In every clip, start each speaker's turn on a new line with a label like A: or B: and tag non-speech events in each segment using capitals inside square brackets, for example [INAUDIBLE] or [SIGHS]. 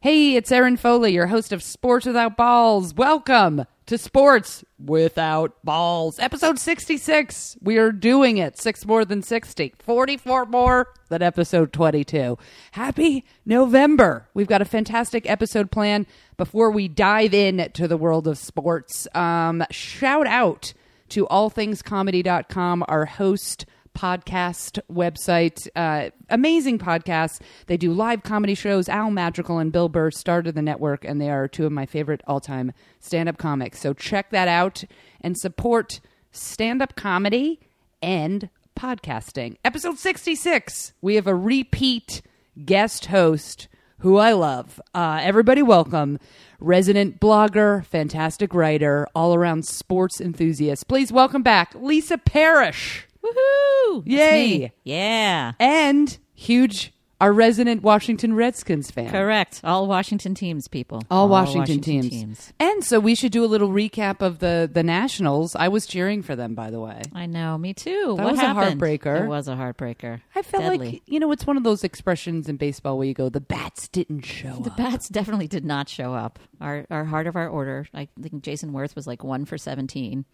A: Hey, it's Aaron Foley, your host of Sports Without Balls. Welcome to Sports Without Balls, episode 66. We are doing it. Six more than 60, 44 more than episode 22. Happy November. We've got a fantastic episode plan before we dive in to the world of sports. Um, shout out to allthingscomedy.com, our host podcast website. Uh, amazing podcasts. They do live comedy shows. Al Madrigal and Bill Burr started the network, and they are two of my favorite all time stand up comics. So check that out and support stand up comedy and podcasting. Episode 66. We have a repeat guest host who I love. Uh, everybody, welcome. Resident blogger, fantastic writer, all around sports enthusiast. Please welcome back Lisa Parrish.
B: Woohoo! That's
A: Yay.
B: me. Yeah.
A: and huge our resident Washington Redskins fan.
B: Correct. All Washington teams, people.
A: All, Washington, teams. And so we should do a little recap of the the Nationals. I was cheering for them by the way.
B: I know. Me too.
A: That
B: what
A: was a
B: happened?
A: heartbreaker.
B: It was a heartbreaker.
A: I felt
B: Deadly.
A: like you know it's one of those expressions in baseball where you go the bats didn't show
B: the
A: up.
B: bats [LAUGHS] definitely did not show up. Our our heart of our order. I think Jason Worth was like one for seventeen,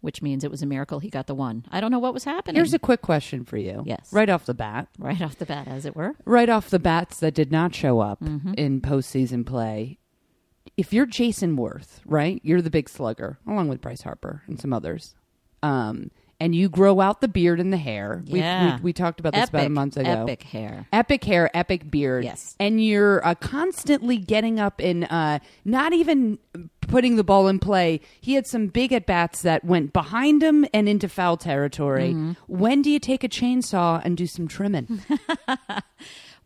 B: which means it was a miracle he got the one. I don't know what was happening.
A: Here's a quick question for you.
B: Yes.
A: Right off the bat.
B: [LAUGHS] right off the bat, as it were.
A: Right off the bats that did not show up
B: Mm-hmm.
A: in postseason play. If you're Jason Worth, right? You're the big slugger along with Bryce Harper and some others. Um and you grow out the beard and the hair. We've-
B: [LAUGHS] Yeah.
A: We, we talked about this about a
B: Epic,
A: month ago.
B: Epic hair.
A: epic hair, epic beard.
B: Yes.
A: And you're uh, constantly getting up and uh, not even putting the ball in play. He had some big at bats that went behind him and into foul territory.
B: Mm-hmm.
A: When do you take a chainsaw and do some
B: [LAUGHS]
A: trimming?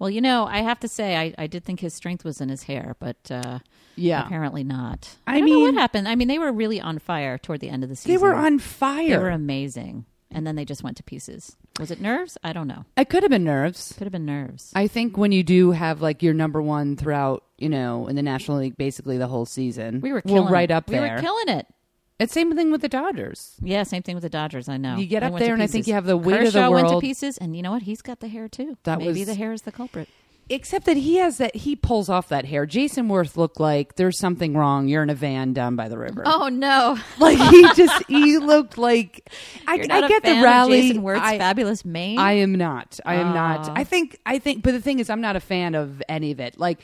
B: Well, you know, I have to say, I, I did think his strength was in his hair, but uh,
A: Yeah.
B: apparently not.
A: I
B: I, don't know
A: mean-
B: what happened. I mean, they were really on fire toward the end of the season.
A: they were on
B: They
A: fire.
B: were amazing, and then they just went to pieces. Was it nerves? I don't know.
A: I could have been nerves.
B: Could have been nerves.
A: I think when you do have like your number one throughout, you know, in the National League, basically the whole season,
B: we were
A: well,
B: killing
A: right
B: it.
A: up there.
B: We were killing it.
A: it's same thing with the Dodgers.
B: Yeah, same thing with the Dodgers. I know.
A: You get
B: They
A: up
B: went to
A: there and I think
B: pieces.
A: you have the weight of the
B: Kershaw went
A: world.
B: to pieces, and you know what? He's got the hair too.
A: That
B: maybe
A: was-
B: the hair is the culprit.
A: except that he has that he pulls off that hair. Jason Worth looked like there's something wrong. You're in a van down by the river.
B: Oh no!
A: [LAUGHS] Like he just he looked like I,
B: [LAUGHS] You're
A: I
B: not a
A: get
B: fan
A: the
B: of
A: rally.
B: Jason Worth's Oh.
A: I,
B: fabulous mane.
A: I am not. I am not. I think I think but the thing is I'm not a fan of any of it. Like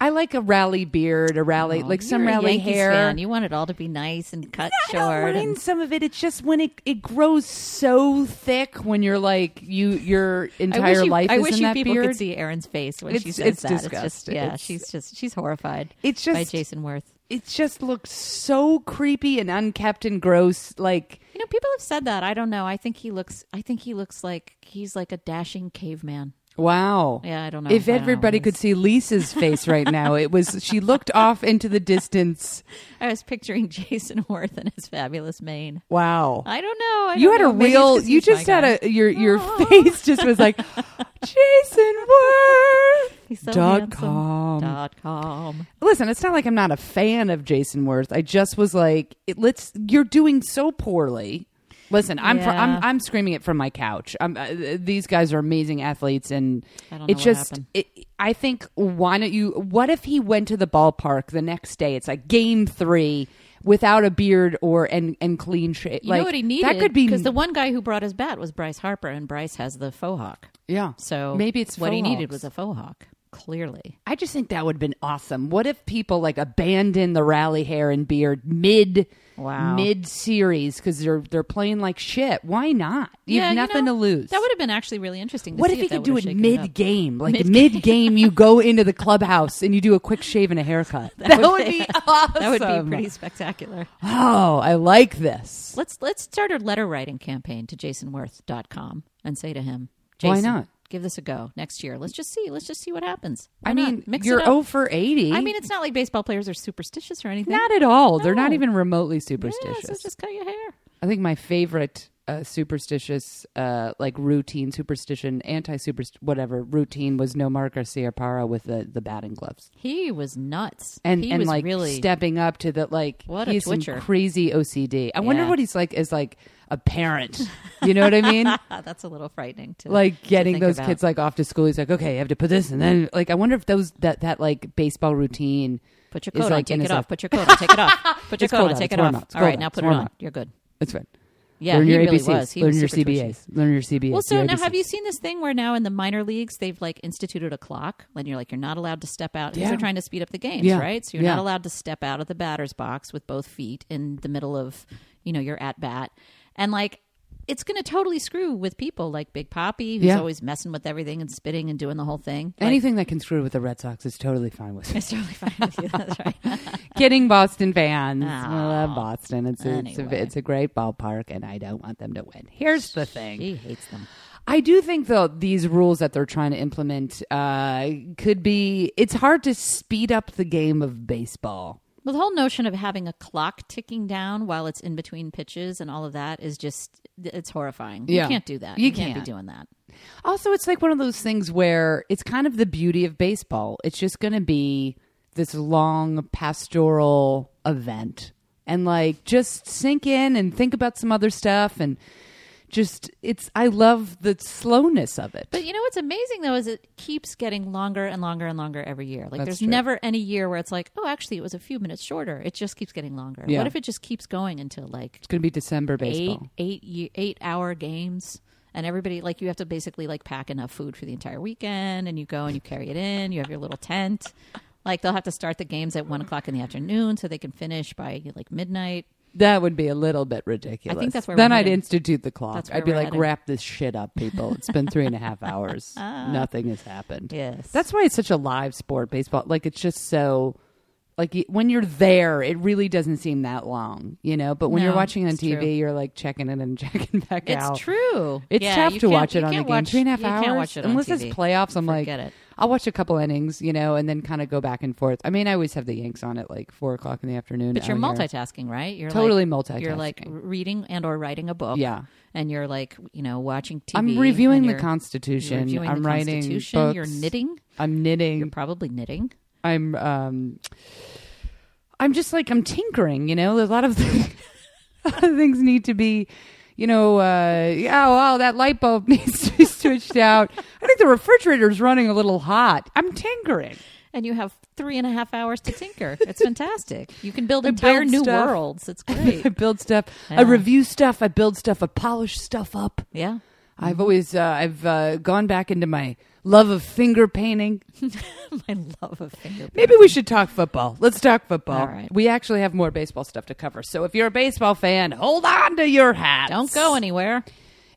A: I like a rally beard, a rally like some
B: Oh, You're a
A: rally
B: Yankees
A: hair.
B: Fan. You want it all to be nice and cut
A: I don't
B: short.
A: mind
B: and-
A: some of it. It's just when it, it grows so thick when you're like you your
B: I
A: entire
B: wish you,
A: life
B: I
A: is
B: wish
A: in
B: you
A: that
B: people
A: beard.
B: could see Aaron's face when she
A: It's-
B: says
A: it's
B: that. It's just
A: disgusting.
B: yeah,
A: It's-
B: she's just she's horrified.
A: It's
B: by
A: just-
B: Jason Worth.
A: it just looks so creepy and unkept and gross. Like
B: You know, people have said that. I don't know. I think he looks. I think he looks like he's like a dashing caveman.
A: wow.
B: Yeah, Oh, I don't know.
A: If
B: I don't know
A: everybody
B: what
A: could see Lisa's face right now, it was she looked off into the distance.
B: I was picturing [LAUGHS] Jason Worth and his fabulous mane.
A: Wow.
B: I don't know. I
A: You
B: don't
A: had a
B: know. Maybe it's
A: real
B: 'cause
A: you
B: he's my
A: just had
B: guy.
A: a your
B: [LAUGHS]
A: your face just was like Jason Worth.
B: He's so
A: dot
B: handsome.
A: com.
B: Dot com.
A: Listen, it's not like I'm not a fan of Jason Worth. I just was like, it, let's. You're doing so poorly. Listen, I'm fr-
B: Yeah.
A: I'm I'm screaming it from my couch. I'm, uh, these guys are amazing athletes, and
B: I don't know
A: it
B: what
A: just.
B: happened.
A: It, I think why don't you? What if he went to the ballpark the next day? It's like game three without a beard or and and clean shit.
B: You
A: like
B: know what he needed?
A: That could be
B: because the one guy who brought his bat was Bryce Harper, and Bryce has the faux hawk.
A: yeah.
B: So
A: maybe it's
B: what he
A: faux
B: needed
A: hawks.
B: was a faux hawk. Clearly,
A: I just think that would have been awesome. What if people like abandon the rally hair and beard mid
B: Wow.
A: mid series because they're they're playing like shit? Why not? You
B: Yeah,
A: have nothing
B: know,
A: to lose.
B: That would have been actually really interesting. To
A: what
B: see
A: if he
B: that
A: could do
B: would've
A: it
B: shaken
A: mid
B: up.
A: game? Like mid game, you go into the clubhouse and you do a quick shave and a
B: [LAUGHS]
A: haircut. that, would [LAUGHS] be awesome.
B: That would be pretty spectacular.
A: [GASPS] Oh, I like this.
B: Let's let's start a letter writing campaign to jasonworth.com and say to him,
A: Why
B: Jason,
A: not?
B: Give this a go next year. Let's just see. Let's just see what happens. Why
A: I
B: not?
A: mean,
B: mix
A: you're
B: it up.
A: over for eighty.
B: I mean, it's not like baseball players are superstitious or anything. Eh,
A: not at all. They're not
B: No.
A: even remotely
B: Yeah,
A: superstitious.
B: so just cut your hair.
A: I think my favorite uh, uh, superstitious, uh, like routine superstition, anti superst whatever routine was Nomar Garcia Parra with the, the batting gloves.
B: He was nuts.
A: And,
B: he
A: and
B: was
A: like
B: really [LAUGHS]
A: stepping up to the like
B: What a
A: he's some
B: twitcher.
A: crazy OCD. I wonder
B: Yeah.
A: what he's like as like a parent. You know what I
B: [LAUGHS]
A: mean?
B: Ah, that's a little frightening to
A: like
B: to
A: getting
B: think
A: those
B: about.
A: kids like off to school. He's like, okay, I have to put this, and then like I wonder if those that that like baseball routine.
B: Put your
A: is,
B: coat on,
A: like, in
B: take it
A: his
B: off.
A: life.
B: Put your coat on, take it off. Put
A: [LAUGHS]
B: your
A: It's
B: coat
A: cold
B: on,
A: out,
B: take
A: it's
B: it
A: warm
B: off.
A: out, it's
B: All right,
A: cold
B: now
A: out,
B: put
A: it's
B: it
A: warm
B: on.
A: out.
B: You're good.
A: That's right.
B: Yeah,
A: Learn
B: he
A: your
B: really
A: ABCs.
B: was. He
A: Learn
B: was
A: your
B: super twitchy.
A: CBAs. Learn your CBAs.
B: Well, so
A: your
B: now have
A: ABCs.
B: you seen this thing where now in the minor leagues they've like instituted a clock and you're like you're not allowed to step out because
A: Yeah.
B: they're trying to speed up the games,
A: Yeah.
B: right? So you're
A: Yeah.
B: not allowed to step out of the batter's box with both feet in the middle of you know your at bat, and like it's going to totally screw with people like Big Poppy who's
A: Yeah.
B: always messing with everything and spitting and doing the whole thing. Like,
A: Anything that can screw with the Red Sox is totally fine with me.
B: [LAUGHS] it's totally fine [LAUGHS] with you. That's right.
A: Kidding, Boston fans. I
B: Oh.
A: love Boston. It's a, it's,
B: Anyway.
A: a, it's a great ballpark, and I don't want them to win. Here's the thing.
B: She hates them.
A: I do think though these rules that they're trying to implement uh, could be. It's hard to speed up the game of baseball.
B: Well, the whole notion of having a clock ticking down while it's in between pitches and all of that is just, it's horrifying.
A: Yeah.
B: You can't do that.
A: You
B: can't,
A: can't.
B: be doing that.
A: Also, it's like one of those things where it's kind of the beauty of baseball. It's just going to be this long pastoral event. And like just sink in and think about some other stuff and just it's I love the slowness of it.
B: But you know what's amazing though is it keeps getting longer and longer and longer every year. Like
A: That's
B: there's
A: true.
B: never any year where it's like, oh, actually it was a few minutes shorter. It just keeps getting longer.
A: Yeah.
B: What if it just keeps going until like
A: it's going to be December
B: eight,
A: baseball.
B: eight, ye- eight hour games? And everybody, like, you have to basically like pack enough food for the entire weekend, and you go and you carry it in. You have your little tent. Like they'll have to start the games at one o'clock in the afternoon so they can finish by like midnight.
A: That would be a little bit ridiculous.
B: I think that's where
A: then
B: we're
A: I'd
B: heading.
A: institute the clock.
B: That's where
A: I'd be
B: we're
A: like,
B: heading.
A: wrap this shit up, people. It's been three and a half
B: [LAUGHS]
A: hours. Nothing has happened.
B: Ah. Yes.
A: That's why it's such a live sport, baseball. Like, it's just so, like, y- when you're there, it really doesn't seem that long, you know? But when you're
B: No,
A: watching on
B: it's
A: TV,
B: true.
A: you're like checking in and [LAUGHS] checking back
B: It's
A: out.
B: true.
A: It's
B: Yeah,
A: tough
B: you
A: to
B: can't-
A: watch
B: you
A: it on a
B: can't
A: game.
B: watch-
A: Three and a half
B: you
A: hours.
B: can't watch it on
A: Unless it's
B: TV.
A: playoffs, I'm
B: Forget
A: like,
B: it.
A: I'll watch a couple innings, you know, and then kind of go back and forth. I mean, I always have the Yanks on at like four o'clock in the afternoon.
B: But you're
A: out here.
B: multitasking, right? You're
A: Oh, Totally
B: like, You're like
A: multitasking.
B: reading and or writing a book.
A: Yeah.
B: And you're like, you know, watching TV.
A: I'm
B: Oh, and
A: reviewing the
B: you're-
A: Constitution.
B: You're reviewing
A: I'm
B: the
A: writing
B: Constitution. You're
A: books. Mm.
B: knitting.
A: I'm
B: You're
A: knitting.
B: probably knitting.
A: I'm um I'm just like I'm tinkering, you know. There's a lot of [LAUGHS] things, a lot of things need to be you know, uh, yeah, well, that light bulb [LAUGHS] needs to be switched out. I think the refrigerator's running a little hot. I'm tinkering.
B: And you have three and a half hours to tinker.
A: [LAUGHS]
B: It's fantastic. You can build
A: I
B: entire
A: build
B: new
A: stuff.
B: worlds. It's
A: [LAUGHS] I
B: great.
A: build stuff. I
B: Yeah.
A: review stuff. I build stuff. I polish stuff up.
B: yeah. [LAUGHS]
A: I've
B: Mm-hmm.
A: always, uh, I've uh, gone back into my love of finger painting.
B: My love of finger.
A: Maybe we should talk football. Let's talk football.
B: All right.
A: We actually have more baseball stuff to cover. So if you're a baseball fan, hold on to your hat.
B: Don't go anywhere.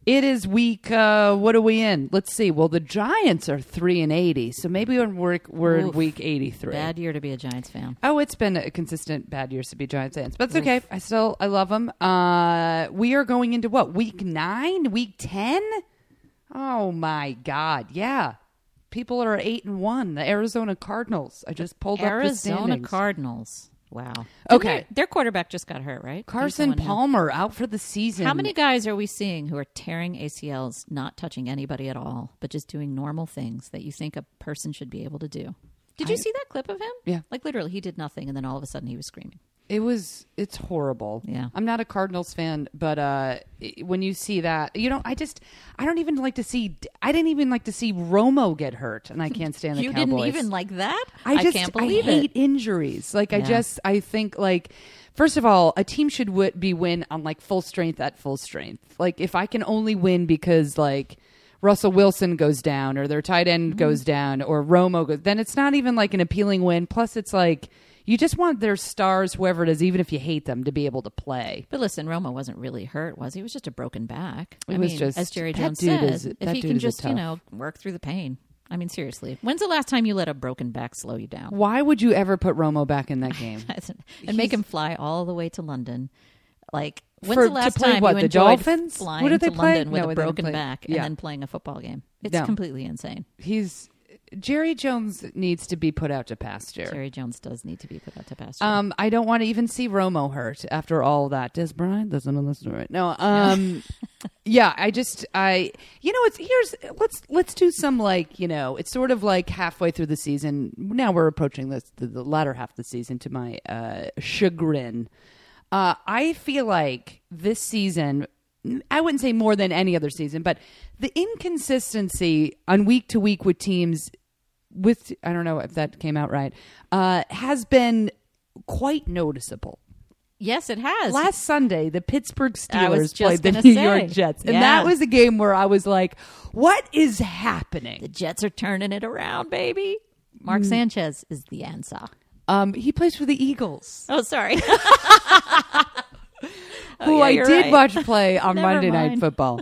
A: It is week. Uh, what are we in? Let's see. Well, the Giants are three and eighty, so maybe we're in work, we're in
B: Oof.
A: week eighty three.
B: Bad year to be a Giants fan.
A: Oh, it's been a consistent bad years to be Giants fans, but it's okay. I still I love them. Uh, we are going into what week nine, week ten. Oh my God! Yeah, people are eight and one. The Arizona Cardinals. I just pulled up the
B: Arizona
A: standings.
B: Cardinals. Wow. Didn't
A: Okay.
B: Their, their quarterback just got hurt, right? He's the
A: Carson
B: one who-
A: Palmer out for the season.
B: How many guys are we seeing who are tearing ACLs, not touching anybody at all, but just doing normal things that you think a person should be able to do? Did you see that clip of him?
A: Yeah.
B: Like literally, he did nothing, and then all of a sudden he was screaming.
A: It was. It's horrible.
B: Yeah.
A: I'm not a Cardinals fan, but uh, i- when you see that, you know, I just, I don't even like to see. I didn't even like to see Romo get hurt, and I can't stand the
B: you
A: Cowboys.
B: didn't even like that?
A: I just
B: can't believe
A: I hate
B: it.
A: injuries. Like I
B: Yeah.
A: just I think like first of all, a team should w- be win on like full strength at full strength. Like if I can only win because like Russell Wilson goes down or their tight end
B: Mm-hmm.
A: goes down or Romo goes then it's not even like an appealing win. Plus it's like you just want their stars, whoever it is, even if you hate them, to be able to play.
B: But listen, Roma wasn't really hurt, was he? It was just a broken back. I
A: It was
B: mean,
A: just-
B: as Jerry
A: that
B: Jones
A: dude
B: said,
A: is-
B: if
A: that
B: he
A: dude
B: can
A: is a
B: just you
A: tough.
B: know work through the pain. I mean, seriously, when's the last time you let a broken back slow you down?
A: Why would you ever put Romo back in
B: [LAUGHS]
A: that game?
B: and make him fly all the way to London. Like when's
A: For-
B: the
A: to
B: last
A: play
B: time
A: what,
B: you
A: the
B: enjoyed
A: Dolphins?
B: flying
A: What did they
B: to
A: play?
B: London with
A: No,
B: a
A: they didn't
B: broken
A: play-
B: back
A: yeah.
B: and then playing a football game? It's
A: No.
B: completely insane.
A: He's Jerry Jones needs to be put out to pasture.
B: Jerry Jones does need to be put out to pasture.
A: Um, I don't want to even see Romo hurt after all that. Does Brian listen to this story? No. Um, [LAUGHS] yeah, I just I you know it's here's let's let's do some like you know it's sort of like halfway through the season. Now we're approaching this the, the latter half of the season to my uh, chagrin. Uh, I feel like this season. I wouldn't say more than any other season, but the inconsistency on week to week with teams with I don't know if that came out right, uh, has been quite noticeable.
B: yes, it has.
A: Last Sunday, the Pittsburgh
B: I
A: Steelers
B: was just
A: played the New
B: gonna say.
A: York Jets, and
B: Yeah.
A: that was a game where I was like, "What is happening?"
B: the Jets are turning it around, baby. Mark
A: Hmm.
B: Sanchez is the answer.
A: Um, he plays for the Eagles, [LAUGHS]
B: Oh, sorry.
A: who
B: Oh, yeah,
A: I
B: you're
A: did
B: right.
A: watch
B: [LAUGHS]
A: play on
B: Never
A: Monday Night
B: mind.
A: Football.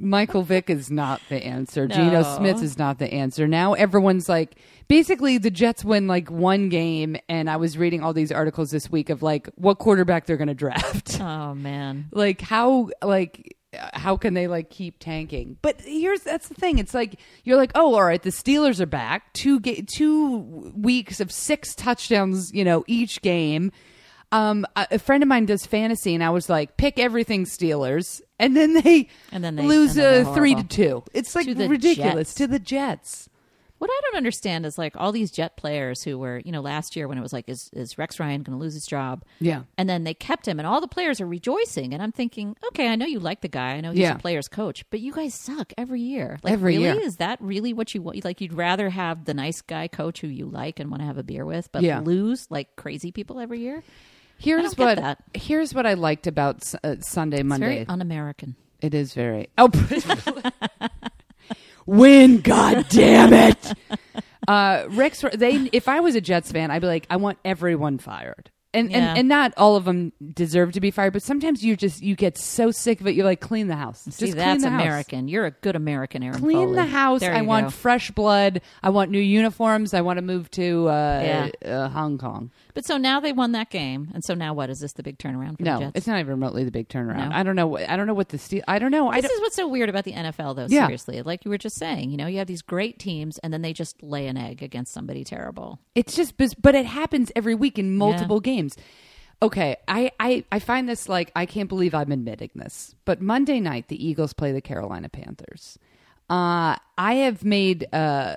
A: Michael Vick is not the answer. Geno
B: No.
A: Smith is not the answer. Now everyone's like, basically, the Jets win like one game, and I was reading all these articles this week of like what quarterback they're going to draft.
B: oh man.
A: like how like uh, how can they like keep tanking but here's that's the thing it's like you're like oh all right the steelers are back two ga- two weeks of six touchdowns you know each game um a, a friend of mine does fantasy and i was like pick everything steelers and then they
B: And then they-
A: lose
B: and then
A: a
B: they're
A: three to
B: horrible.
A: two it's like
B: To the
A: ridiculous
B: Jets.
A: to the jets
B: What I don't understand is like all these Jet players who were, you know, last year when it was like, is, is Rex Ryan going to lose his job?
A: Yeah.
B: And then they kept him, and all the players are rejoicing. And I'm thinking, okay, I know you like the guy. I know he's
A: Yeah.
B: a player's coach, but you guys suck every year. Like,
A: Every
B: really?
A: year.
B: Is that really what you want? Like, you'd rather have the nice guy coach who you like and want to have a beer with, but
A: Yeah.
B: lose like crazy people every year?
A: here's
B: don't get
A: what
B: that.
A: here's what i liked about S- uh, sunday
B: It's
A: monday
B: very un American.
A: It is very. Oh, win! God damn it! Uh, Rex, they. If I was a Jets fan, I'd be like, I want everyone fired, and
B: Yeah.
A: and and not all of them deserve to be fired. But sometimes you just you get so sick of it, you're like, clean the house. Just
B: See,
A: clean
B: that's
A: the house.
B: American. You're a good American, Aaron.
A: Clean
B: Foley.
A: the house.
B: There
A: I
B: you
A: want
B: go.
A: fresh blood. I want new uniforms. I want to move to uh, uh, Hong Kong.
B: But so now they won that game, and so now what is this the big turnaround for
A: No,
B: the Jets?
A: it's not even remotely the big turnaround.
B: No.
A: I don't know. what- I don't know what the steel. I don't know. I
B: this
A: don't,
B: is what's so weird about the NFL, though.
A: Yeah.
B: Seriously, like you were just saying, you know, you have these great teams, and then they just lay an egg against somebody terrible.
A: It's just, biz- but it happens every week in multiple games. Okay, I, I I find this like I can't believe I'm admitting this, but Monday night the Eagles play the Carolina Panthers. Uh, I have made uh,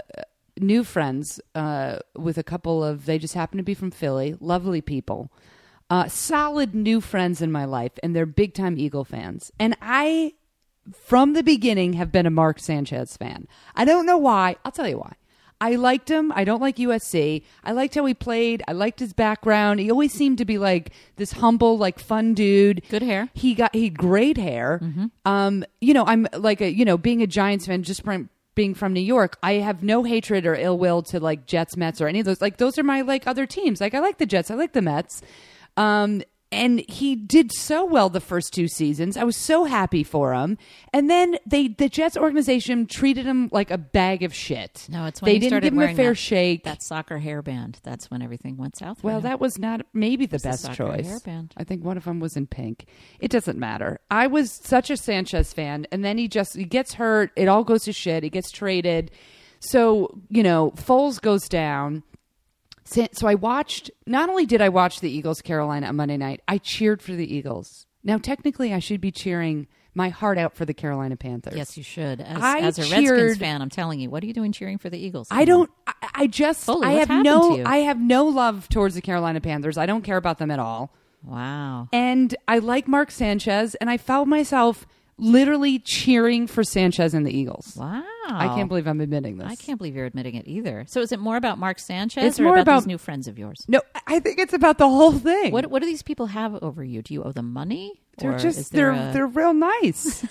A: new friends uh, with a couple of they just happen to be from Philly, lovely people, uh, solid new friends in my life, and they're big time Eagle fans, and I from the beginning have been a Mark Sanchez fan. I don't know why. I'll tell you why. I liked him. I don't like USC. I liked how he played. I liked his background. He always seemed to be like this humble, like fun dude.
B: Good hair.
A: He got he had great hair.
B: Mm-hmm.
A: Um, you know, I'm like a you know being a Giants fan just from being from New York. I have no hatred or ill will to like Jets, Mets, or any of those. Like those are my like other teams. Like I like the Jets. I like the Mets. Um, and he did so well the first two seasons. I was so happy for him. And then they the Jets organization treated him like a bag of shit.
B: No, it's when
A: they
B: he
A: didn't
B: started
A: give him a
B: wearing
A: fair
B: that-
A: shake.
B: That soccer hairband. That's when everything went south. for
A: Well,
B: him.
A: that was not maybe the
B: the
A: best
B: soccer
A: choice.
B: hairband.
A: I think one of them was in pink. It doesn't matter. I was such a Sanchez fan, and then he just he gets hurt. It all goes to shit. He gets traded. So you know, Foles goes down. Sa- So I watched. Not only did I watch the Eagles Carolina on Monday night, I cheered for the Eagles. Now, technically, I should be cheering my heart out for the Carolina Panthers.
B: yes, you should. As,
A: I
B: as a
A: cheered-
B: Redskins fan, I'm telling you, what are you doing cheering for the Eagles?
A: I don't. I, I just.
B: Foley,
A: I
B: what's
A: have
B: happened
A: no.
B: to you?
A: I have no love towards the Carolina Panthers. I don't care about them at all.
B: Wow.
A: and I like Mark Sanchez, and I found myself literally cheering for Sanchez and the Eagles.
B: Wow.
A: I can't believe I'm admitting this.
B: I can't believe you're admitting it either. So is it more about Mark Sanchez
A: It's
B: or
A: more
B: about,
A: about-
B: these new friends of yours?
A: No, I think it's about the whole thing.
B: What what do these people have over you? Do you owe them money?
A: they're
B: Or is
A: just
B: there
A: they're
B: a-
A: they're real
B: [LAUGHS]
A: nice.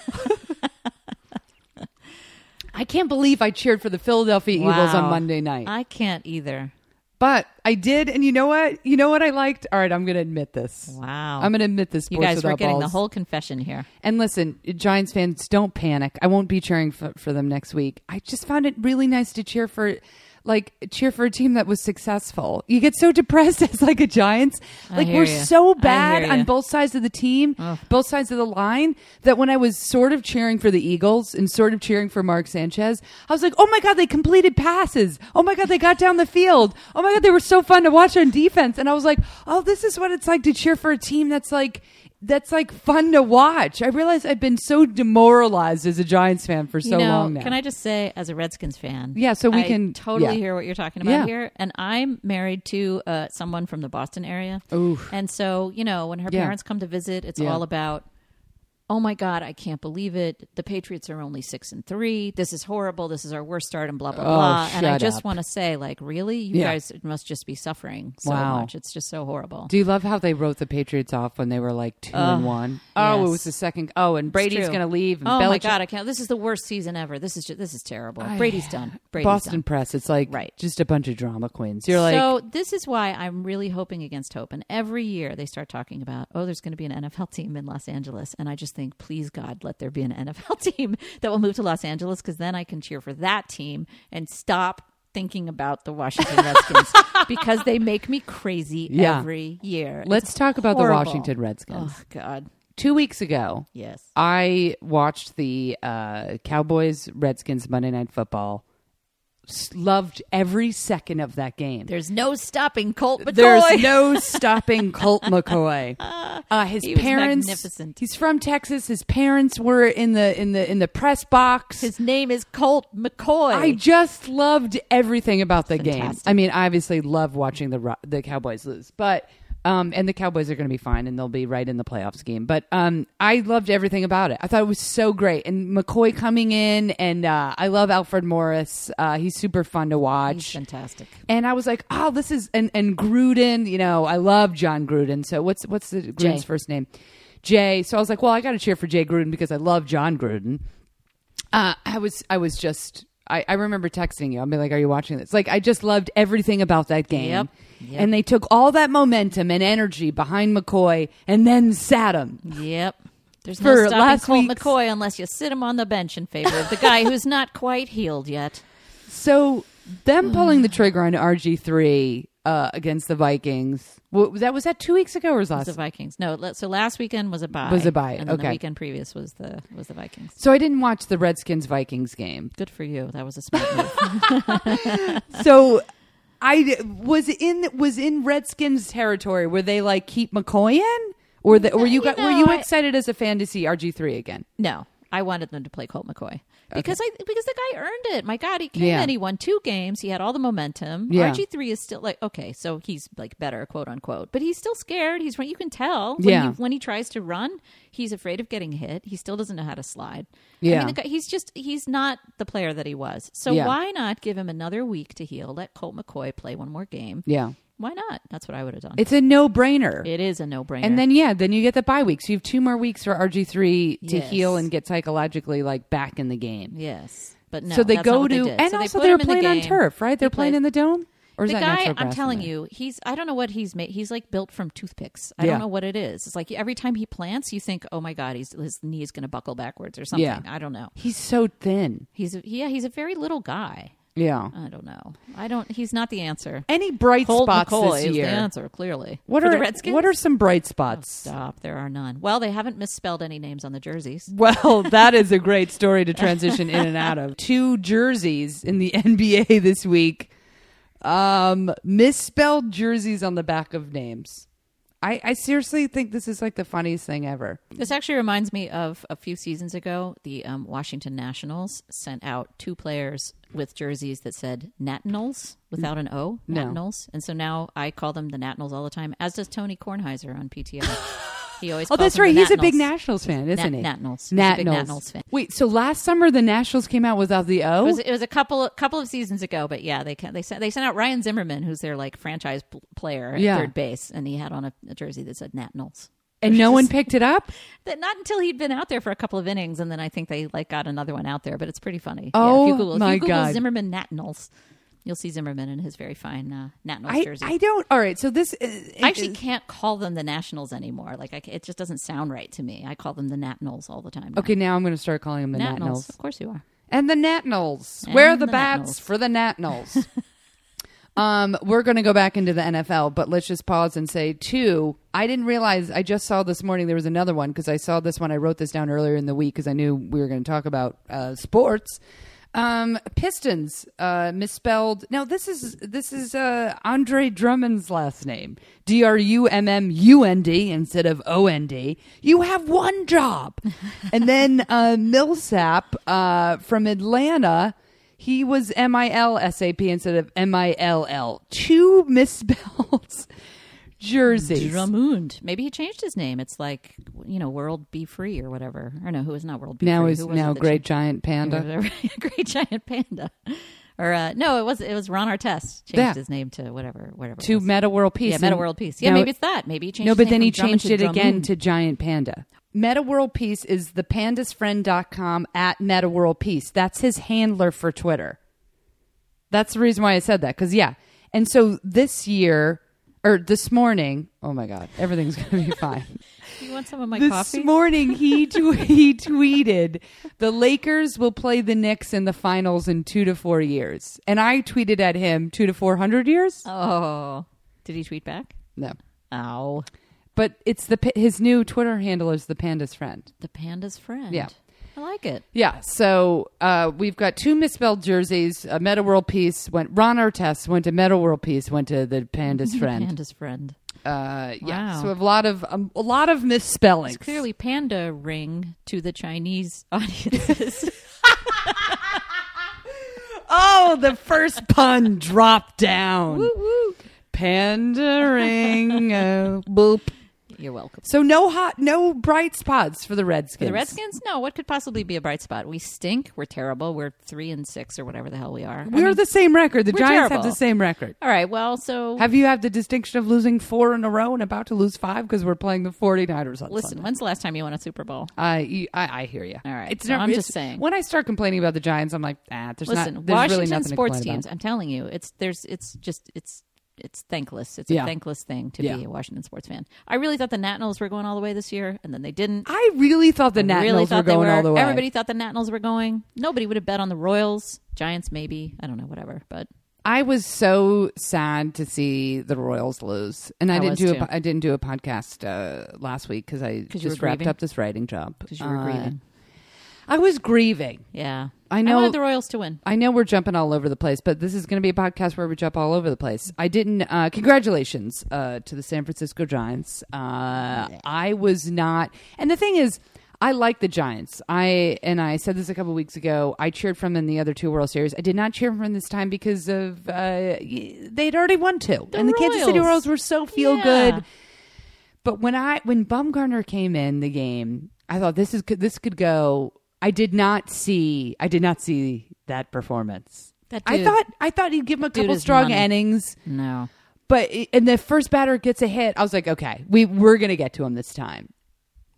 A: I can't believe I cheered for the Philadelphia Eagles on
B: Wow.
A: Monday night.
B: I can't either.
A: but I did, and you know what? You know what I liked? All right, I'm going to admit this.
B: Wow.
A: I'm going to admit this.
B: You
A: Sports
B: guys were
A: Without
B: getting the
A: Balls.
B: whole confession here.
A: And listen, Giants fans, don't panic. I won't be cheering for, for them next week. I just found it really nice to cheer for. like cheer for a team that was successful. You get so depressed [LAUGHS] as like a Giants. Like
B: hear
A: we're
B: ya.
A: so
B: I
A: bad
B: hear
A: on
B: ya.
A: both sides of the team, both sides of the line, that when I was sort of cheering for the Eagles and sort of cheering for Mark Sanchez, I was like, oh my God, they completed passes. Oh my God, they got down the field. Oh my God, they were so fun to watch on defense. And I was like, oh, this is what it's like to cheer for a team that's like, that's like fun to watch. I realize I've been so demoralized as a Giants fan for so
B: you know,
A: long now.
B: Can I just say, as a Redskins fan,
A: Yeah, so we
B: I
A: can-
B: totally
A: yeah.
B: hear what you're talking about
A: Yeah.
B: here. And I'm married to uh, someone from the Boston area, and so you know, when her
A: Yeah.
B: parents come to visit, it's
A: Yeah.
B: all about. Oh my God! I can't believe it. The Patriots are only six and three. This is horrible. This is our worst start, and blah blah blah. And I
A: Oh, shut
B: just
A: up.
B: want to say, like, really, you
A: Yeah.
B: guys must just be suffering so
A: Wow.
B: much. It's just so horrible.
A: Do you love how they wrote the Patriots off when they were like two and one? Oh, it was the second. Oh, and Brady's
B: true.
A: going to leave. And
B: oh my
A: Belichick-
B: God! I can't. This is the worst season ever. This is just, this is terrible. Brady's done. Brady's
A: Boston
B: done.
A: press. It's like
B: Right.
A: just a bunch of drama queens. You're like,
B: so this is why I'm really hoping against hope. And every year they start talking about, oh, there's going to be an NFL [LAUGHS] team in Los Angeles, and I just think, please God, let there be an NFL [LAUGHS] team that will move to Los Angeles because then I can cheer for that team and stop thinking about
A: [LAUGHS]
B: the Washington Redskins because they make me crazy
A: Yeah.
B: every year.
A: let's
B: It's
A: talk about
B: horrible.
A: the Washington Redskins.
B: Oh God,
A: Two weeks ago,
B: yes.
A: I watched the uh, Cowboys Redskins Monday Night Football. S- Loved every second of that game.
B: There's no stopping Colt McCoy.
A: There's no stopping Colt
B: [LAUGHS]
A: McCoy. Uh, his
B: He was
A: parents.
B: magnificent.
A: He's from Texas. His parents were in the in the in the press box.
B: His name is Colt McCoy.
A: I just loved everything about the game.
B: Fantastic.
A: I mean, I obviously love watching the Ro- the Cowboys lose, but um, and the Cowboys are going to be fine, and they'll be right in the playoffs game. But um, I loved everything about it. I thought it was so great, and McCoy coming in, and uh, I love Alfred Morris. Uh, he's super fun to watch.
B: He's fantastic.
A: And I was like, oh, this is and and Gruden, you know, I love John Gruden. So what's what's the Gruden's
B: Jay.
A: first name? Jay. So I was like, well, I got to cheer for Jay Gruden because I love John Gruden. Uh, I was I was just I, I remember texting you. I'll be like, are you watching this? Like, I just loved everything about that game.
B: Yep. Yep.
A: And they took all that momentum and energy behind McCoy and then sat him.
B: Yep. There's
A: For
B: no stopping
A: last
B: Colt
A: week's-
B: McCoy unless you sit him on the bench in favor of the
A: [LAUGHS]
B: guy who's not quite healed yet.
A: So
B: [SIGHS]
A: them pulling the trigger on RG three uh, against the Vikings. wa- that was that two weeks ago or was last
B: The Vikings. No, la- so last weekend was a bye.
A: Was a bye,
B: And then
A: okay.
B: the weekend previous was the was the Vikings.
A: So I didn't watch the Redskins Vikings game.
B: Good for you. That was a smart move.
A: [LAUGHS] So I d- was in was in Redskins territory. Were they like keep McCoy in, or the, were you,
B: you
A: got, were you
B: know, I-
A: excited as a fan to see RG three again?
B: No, I wanted them to play Colt McCoy because I because the guy earned it. My God, he came
A: Yeah.
B: in, he won two games, he had all the momentum.
A: Yeah.
B: RG three is still like okay, so he's like better, quote unquote, but he's still scared. He's you can tell when
A: Yeah.
B: he, when he tries to run, he's afraid of getting hit. He still doesn't know how to slide. I
A: Yeah.
B: mean, the guy, he's just he's not the player that he was. So
A: Yeah.
B: why not give him another week to heal? Let Colt McCoy play one more game.
A: Yeah,
B: Why not? That's what I would have done.
A: it's a no brainer.
B: it is a no brainer.
A: And then yeah, then you get the bye week, so you have two more weeks for RG three to
B: Yes.
A: heal and get psychologically like back in the game.
B: yes, but no.
A: so they
B: that's not
A: go
B: what
A: to
B: did.
A: and
B: So
A: also
B: put
A: they
B: him
A: were
B: in the
A: playing on
B: game.
A: turf, right? They're
B: He
A: playing
B: played-
A: in the dome, or is
B: the
A: that
B: guy,
A: natural grass
B: I'm
A: in
B: telling
A: there?
B: you, he's I don't know what he's made. He's like built from toothpicks. I
A: Yeah.
B: don't know what it is. It's like every time he plants, you think, oh my god, he's, his knee is going to buckle backwards or something.
A: Yeah.
B: I don't know.
A: he's so thin.
B: He's a, yeah, he's a very little guy.
A: Yeah.
B: I don't know. I don't. He's not the answer.
A: Any bright
B: Colt
A: spots
B: McCoy
A: this
B: is
A: year?
B: the answer clearly.
A: What
B: For
A: are
B: the Redskins?
A: what are some bright spots?
B: Stop. There are none. Well, they haven't misspelled any names on the jerseys.
A: Well, [LAUGHS] that is a great story to transition in and out of. [LAUGHS] Two jerseys in the [LAUGHS] NBA this week. Um, misspelled jerseys on the back of names. I, I seriously think this is like the funniest thing ever.
B: This actually reminds me of a few seasons ago. The um, Washington Nationals sent out two players with jerseys that said Natinals without an O,
A: No.
B: Natinals. And so now I call them the Natinals all the time, as does Tony Kornheiser on PTO.
A: [LAUGHS]
B: He
A: Oh,
B: always calls
A: that's
B: them
A: right.
B: the
A: He's a big
B: Natinals.
A: Nationals fan, isn't he?
B: Nationals. He's a big Nationals fan.
A: Wait, so last summer the Nationals came out without the O?
B: It was, it was a couple couple of seasons ago, but yeah, they ca- they sent they sent out Ryan Zimmerman, who's their like franchise pl- player at
A: Yeah.
B: third base, and he had on a, a jersey that said Natinals.
A: and no one picked it up?
B: That not until he'd been out there for a couple of innings, and then I think they like got another one out there. But it's pretty funny.
A: Oh,
B: yeah, if you Google,
A: my
B: if you Google
A: God.
B: Zimmerman Natinals, you'll see Zimmerman in his very fine uh, Natinals
A: I,
B: jersey.
A: I
B: I,
A: don't. All right, so this. uh,
B: actually can't call them the Nationals anymore. Like I, ca- it just doesn't sound right to me. I call them the Natinals all the time. now.
A: Okay, now I'm going to start calling them the
B: Natinals.
A: Nationals.
B: Of course you are.
A: And the Natnals. Where are
B: And
A: the,
B: the
A: bats
B: Natnals.
A: for the Natnals? Um, we're going to go back into the NFL, but let's just pause and say two. I didn't realize I just saw this morning there was another one because I saw this one. I wrote this down earlier in the week because I knew we were going to talk about uh, sports. Um, Pistons uh, misspelled. Now this is this is uh, Andre Drummond's last name, D R U M M U N D instead of O N D. You have one job, and then uh, Millsap uh, from Atlanta. He was M I L S A P instead of M I L L. Two misspelled [LAUGHS] jerseys.
B: Drummond. Maybe he changed his name. It's like you know, World Be Free or whatever. Or no, who is not World Be
A: now
B: Free?
A: is
B: Who was it
A: now
B: that
A: great giant
B: changed-
A: panda.
B: [LAUGHS] great giant panda. Or uh, no, it was it was Ron Artest changed
A: Yeah.
B: his name to whatever whatever. it
A: To
B: was.
A: Meta World Peace.
B: yeah, Meta
A: and
B: World Peace. Yeah,
A: now-
B: maybe it's that. Maybe he changed.
A: No,
B: his
A: but
B: name
A: then
B: from
A: he
B: Drummond
A: changed it again
B: Drummond.
A: to Giant Panda. Meta World Peace is the pandasfriend.com at Meta World Peace. That's his handler for Twitter. That's the reason why I said that. Because, yeah. And so this year, or this morning, oh my God, everything's going to be [LAUGHS] fine.
B: [LAUGHS] You want some of my
A: this
B: coffee?
A: morning,
B: [LAUGHS]
A: he, tw- he tweeted, the Lakers will play the Knicks in the finals in two to four years. And I tweeted at him, two to 400 years?
B: oh, did he tweet back?
A: No.
B: Ow,
A: But it's the pa- his new Twitter handle is the Panda's friend.
B: the panda's friend.
A: Yeah.
B: I like it.
A: Yeah, so uh, we've got two misspelled jerseys. A Meta World piece went Ron Artest went to Meta World piece went to the Panda's friend.
B: Panda's friend.
A: Uh, yeah,
B: Wow.
A: so a lot of um, a lot of misspellings.
B: It's clearly panda ring to the Chinese [LAUGHS] audiences.
A: Oh, the first pun dropped down. woo [LAUGHS] woo. [LAUGHS] Pandering.
B: Oh,
A: uh, boop.
B: You're welcome.
A: So no hot, no bright spots for the Redskins.
B: The Redskins? No. What could possibly be a bright spot? We stink. We're terrible. We're three and six or whatever the hell we are. I
A: We're
B: mean,
A: the same record. The
B: we're
A: Giants have
B: terrible.
A: the same record.
B: all right. Well, so
A: Have you had the distinction of losing four in a row and about to lose five because we're playing the 49ers on
B: listen. When's the last time you won a Super Bowl?
A: I, you- I I hear you.
B: All right, so I'm just saying.
A: When I start complaining about the Giants, I'm like, ah, there's
B: Listen,
A: not. There's
B: Washington
A: really nothing
B: sports
A: to complain
B: teams.
A: About.
B: I'm telling you, it's there's it's just it's it's thankless. It's
A: Yeah.
B: a thankless thing to
A: Yeah.
B: be a Washington sports fan. I really thought the Nationals were going all the way this year, and then they didn't.
A: I really thought the Ah, Nationals
B: really thought
A: were
B: they
A: going
B: were.
A: all the way.
B: Everybody thought the Nationals were going. Nobody would have bet on the Royals, Giants, maybe. I don't know, whatever. But
A: I was so sad to see the Royals lose, and I,
B: I
A: didn't
B: was
A: do a
B: too.
A: po- I didn't do a podcast uh, last week because I
B: you were
A: just wrapped
B: grieving?
A: up this writing job.
B: because you were
A: Uh,
B: grieving,
A: I was grieving.
B: yeah.
A: I know-
B: wanted the Royals to win.
A: I know we're jumping all over the place, but this is going to be a podcast where we jump all over the place. I didn't. Uh, congratulations uh, to the San Francisco Giants. Uh, I was not, and the thing is, I like the Giants. I and I said this a couple weeks ago. I cheered for them in the other two World Series. I did not cheer for them this time because of uh, y- they'd already won two, and the Kansas City Royals
B: Royals.
A: were so feel
B: Yeah.
A: good. But when I when Bumgarner came in the game, I thought this is this could go. I did not see I did not see that performance.
B: That
A: I
B: dude-
A: thought I thought he'd give him a couple
B: is
A: strong
B: money.
A: innings,
B: No,
A: but it- and the first batter gets a hit. I was like, okay, we we're gonna get to him this time.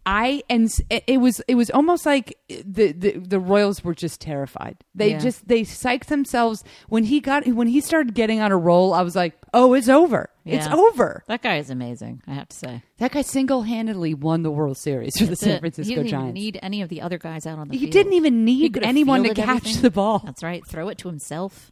A: I and s- it- it was it was almost like the the, the Royals were just terrified. They
B: Yeah.
A: just they psyched themselves when he got when he started getting on a roll. I was like, oh, it's over, it's
B: Yeah.
A: over.
B: that guy is amazing. I have to say,
A: That guy single handedly won the World Series for the
B: That's it.
A: San
B: he
A: Francisco
B: didn't even
A: Giants.
B: need any of the other guys out on the
A: he
B: field.
A: didn't even
B: He
A: need
B: could've
A: anyone to
B: fielded
A: catch
B: everything.
A: the ball.
B: That's right. Throw it to himself.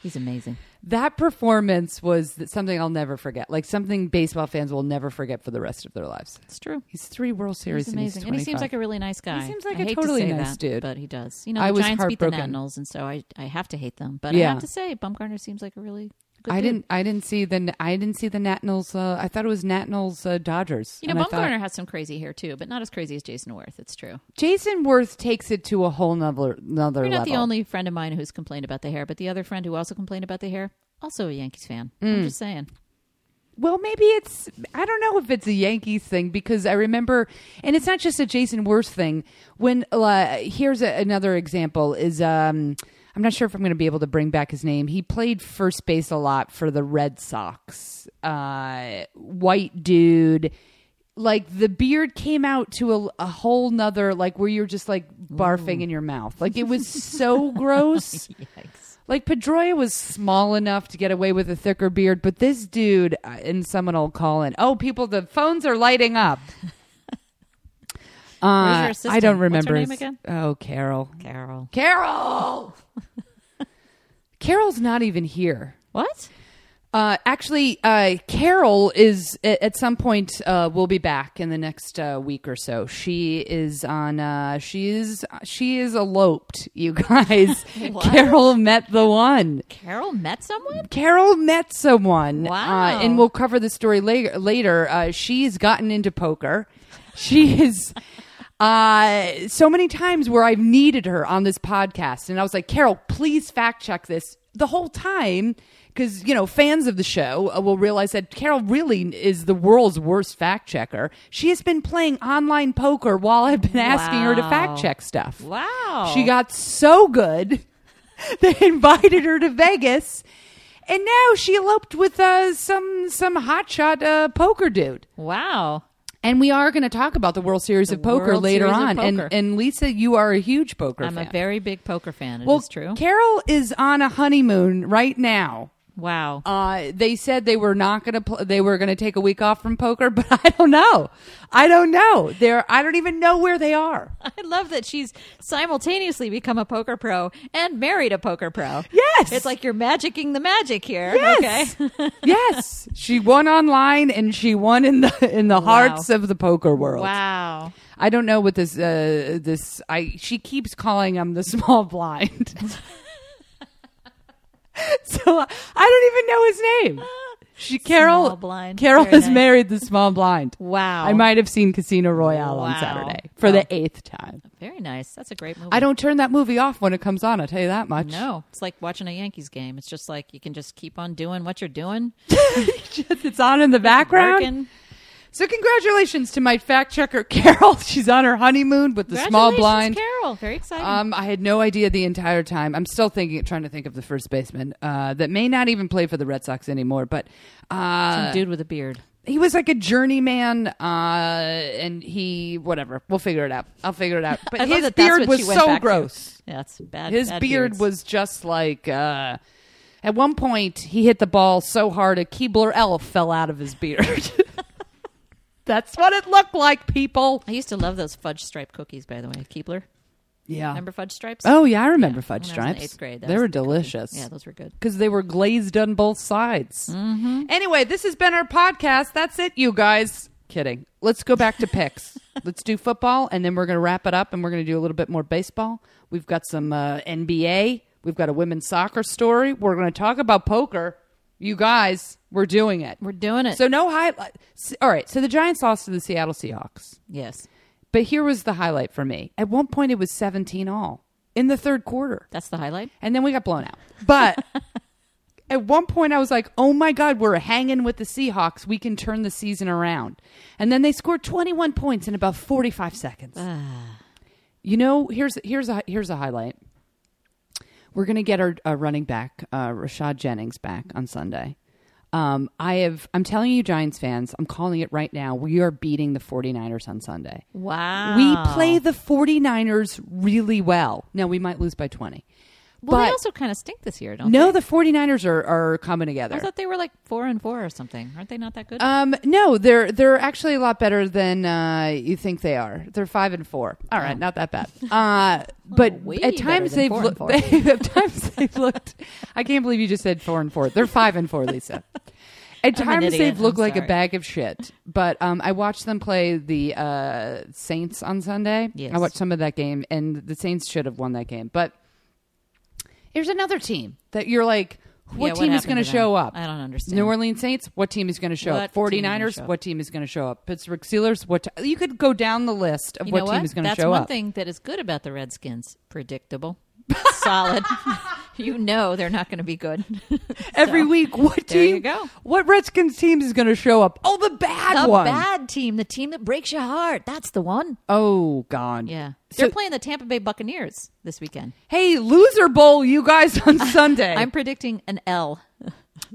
B: He's amazing.
A: That performance was th- something I'll never forget. Like something baseball fans will never forget for the rest of their lives.
B: It's true.
A: He's three World Series
B: He's amazing,
A: and
B: and he
A: he's 25.
B: seems like a really nice guy.
A: seems like
B: I
A: a
B: hate
A: totally
B: to say
A: nice
B: that,
A: dude.
B: but he does. You know,
A: I
B: the
A: was
B: Giants beat the
A: heartbroken.
B: Nationals, and so I, I have to hate them. But I
A: Yeah.
B: have to say, Bumgarner seems like a really good
A: I
B: dude.
A: didn't. I didn't see the. I didn't see the Nationals. Uh, I thought it was Nationals uh, Dodgers.
B: You know,
A: And I thought-
B: Bumgarner has some crazy hair too, but not as crazy as Jason Worth. It's true.
A: Jason Worth takes it to a whole nother, another
B: You're not
A: level.
B: the only friend of mine who's complained about the hair, but the other friend who also complained about the hair, also a Yankees fan.
A: Mm.
B: I'm just saying.
A: Well, maybe it's I don't know if it's a Yankees thing because I remember, and it's not just a Jason Worth thing. When uh, here's a, another example is um, I'm not sure if I'm going to be able to bring back his name. He played first base a lot for the Red Sox. Uh, white dude. Like the beard came out to a, a whole nother, like where you're just like barfing in your mouth. Like it was so [LAUGHS] gross.
B: Yikes.
A: Like Pedroia was small enough to get away with a thicker beard, but this dude, uh, and someone will call in. Oh, people, the phones are lighting
B: [LAUGHS]
A: up.
B: your
A: Uh, I
B: assistant?
A: don't
B: What's her
A: remember
B: name
A: his-
B: again?
A: Oh, Carol.
B: Carol. [LAUGHS]
A: Carol. Carol's not even here.
B: What?
A: Uh, actually, uh, Carol is at, at some point. Uh, we'll be back in the next uh, week or so. She is on. Uh, she is. She is eloped. You [LAUGHS] guys. Carol met the one.
B: Carol met someone?
A: Carol met someone.
B: Wow.
A: Uh, and we'll cover the story later. Later, uh, she's gotten into poker. She is. [LAUGHS] Uh, so many times where I've needed her on this podcast, and I was like, Carol, please fact check this the whole time. Because, you know, fans of the show uh, will realize that Carol really is the world's worst fact checker. She has been playing online poker while I've been asking her to
B: Wow.
A: fact check stuff.
B: Wow.
A: She got so good, [LAUGHS] they invited her to Vegas, and now she eloped with uh, some some hotshot uh, poker dude.
B: Wow.
A: And we are going to talk about the World Series of Poker
B: World
A: later
B: Series of
A: on.
B: Poker.
A: And and Lisa, you are a huge poker
B: I'm
A: fan.
B: a very big poker fan. It is
A: well,
B: true.
A: Carol is on a honeymoon right now.
B: wow.
A: Uh, they said they were not going to pl- they were going to take a week off from poker, [LAUGHS] but I don't know. I don't know. They're I don't even know where they are.
B: I love that she's simultaneously become a poker pro and married a poker pro.
A: Yes.
B: It's like you're magicking the magic here.
A: Yes.
B: Okay.
A: yes. She won online and she won in the in the hearts of the poker world.
B: [LAUGHS] Wow.
A: I don't know what this uh this I she keeps calling him the small
B: [LAUGHS]
A: blind. so I don't even know his name. She Carol
B: Small blind.
A: Carol
B: Very
A: has
B: nice.
A: married the small blind.
B: Wow.
A: I might have seen Casino Royale on
B: Wow.
A: Saturday for the eighth time.
B: Very nice. That's a great movie.
A: I don't turn that movie off when it comes on, I'll tell you that much.
B: know. It's like watching a Yankees game. It's just like you can just keep on doing what you're doing.
A: [LAUGHS] it's on in the background.
B: Working.
A: So congratulations to my fact checker [LAUGHS] Carol. She's on her honeymoon with the small
B: Congratulations,
A: blind.
B: Carol. Very exciting.
A: Um, I had no idea the entire time. I'm still thinking, trying to think of the first baseman uh, that may not even play for the Red Sox anymore. But uh,
B: Dude with a beard.
A: he was like a journeyman, uh, and he whatever. We'll figure it out. I'll figure it
B: [LAUGHS]
A: out. But
B: I love
A: his
B: that that's
A: beard
B: what
A: was
B: she went
A: so
B: back to.
A: gross.
B: Yeah, that's bad.
A: His
B: bad
A: beard
B: beards.
A: was just like. Uh, at one point, he hit the ball so hard a Keebler elf fell out of his beard. [LAUGHS] That's what it looked like, people.
B: I used to love those fudge stripe cookies, by the way. Keebler.
A: Yeah.
B: Remember fudge stripes?
A: Oh yeah, I remember fudge
B: when I was in
A: stripes.
B: eighth grade, that
A: they
B: was
A: were
B: the cookie.
A: delicious.
B: Yeah, those were good.
A: because they were glazed on both sides.
B: Mm-hmm.
A: Anyway, this has been our podcast. That's it, you guys. Kidding. Let's go back to picks.
B: [LAUGHS]
A: Let's do football, and then we're going to wrap it up, and we're going to do a little bit more baseball. We've got some uh, NBA. We've got a women's soccer story. We're going to talk about poker. You guys, we're doing it.
B: We're doing it.
A: So no highlight. All right. So the Giants lost to the Seattle Seahawks,
B: yes.
A: but here was the highlight for me. At one point, it was seventeen all in the third quarter.
B: That's the highlight.
A: And then we got blown out.
B: [LAUGHS]
A: But at one point, I was like, oh my God, we're hanging with the Seahawks. We can turn the season around. And then they scored 21 points in about 45 seconds. you know, here's, here's, a, here's a highlight. We're going to get our, uh running back, uh, Rashad Jennings, back on Sunday. Um, I have, I'm telling you, Giants fans, I'm calling it right now. We are beating the 49ers on Sunday.
B: Wow.
A: We play the 49ers really well. Now, we might lose by 20.
B: Well,
A: but-
B: they also kind of stink this year, don't
A: no, the 49ers are, are coming
B: they? I
A: together.
B: thought they were like four and four or something. Aren't they not that good?
A: Um, no, they're they're actually a lot better than uh, you think they are. They're five and four. All right, not that bad.
B: [LAUGHS]
A: Uh, but
B: Oh. way
A: at
B: better
A: times
B: than
A: they've
B: four and
A: looked. [LAUGHS]
B: four.
A: At times they've looked. I can't believe you just said four and four. They're five and four, Lisa. At
B: I'm an
A: times
B: idiot.
A: they've looked
B: I'm
A: like a
B: sorry.
A: bag of shit. But um, I watched them play the uh, Saints on Sunday.
B: Yes.
A: I watched some of that game, and the Saints should have won that game. But here's another team that you're like, what
B: Yeah, what
A: team is
B: happened
A: going to
B: to
A: show
B: them?
A: up?
B: I don't understand.
A: New Orleans Saints, what team is going to show up?
B: What team is
A: 49ers,
B: gonna show up?
A: what team is going to show up? Pittsburgh Steelers, what t- you could go down the list of
B: you
A: what
B: know
A: team
B: what?
A: is going to
B: That's
A: show
B: one
A: up.
B: thing that is good about the Redskins. Predictable, [LAUGHS] solid. you know they're not going to
A: [LAUGHS]
B: be good.
A: Every
B: So,
A: week, what
B: there you
A: team?
B: go.
A: What Redskins team is going to show up? Oh, the bad
B: the
A: one.
B: bad team, the team that breaks your heart. That's the one.
A: oh, God.
B: Yeah,
A: So-
B: they're playing the Tampa Bay Buccaneers this weekend.
A: hey, loser bowl, you guys
B: [LAUGHS]
A: on Sunday.
B: I'm predicting an L.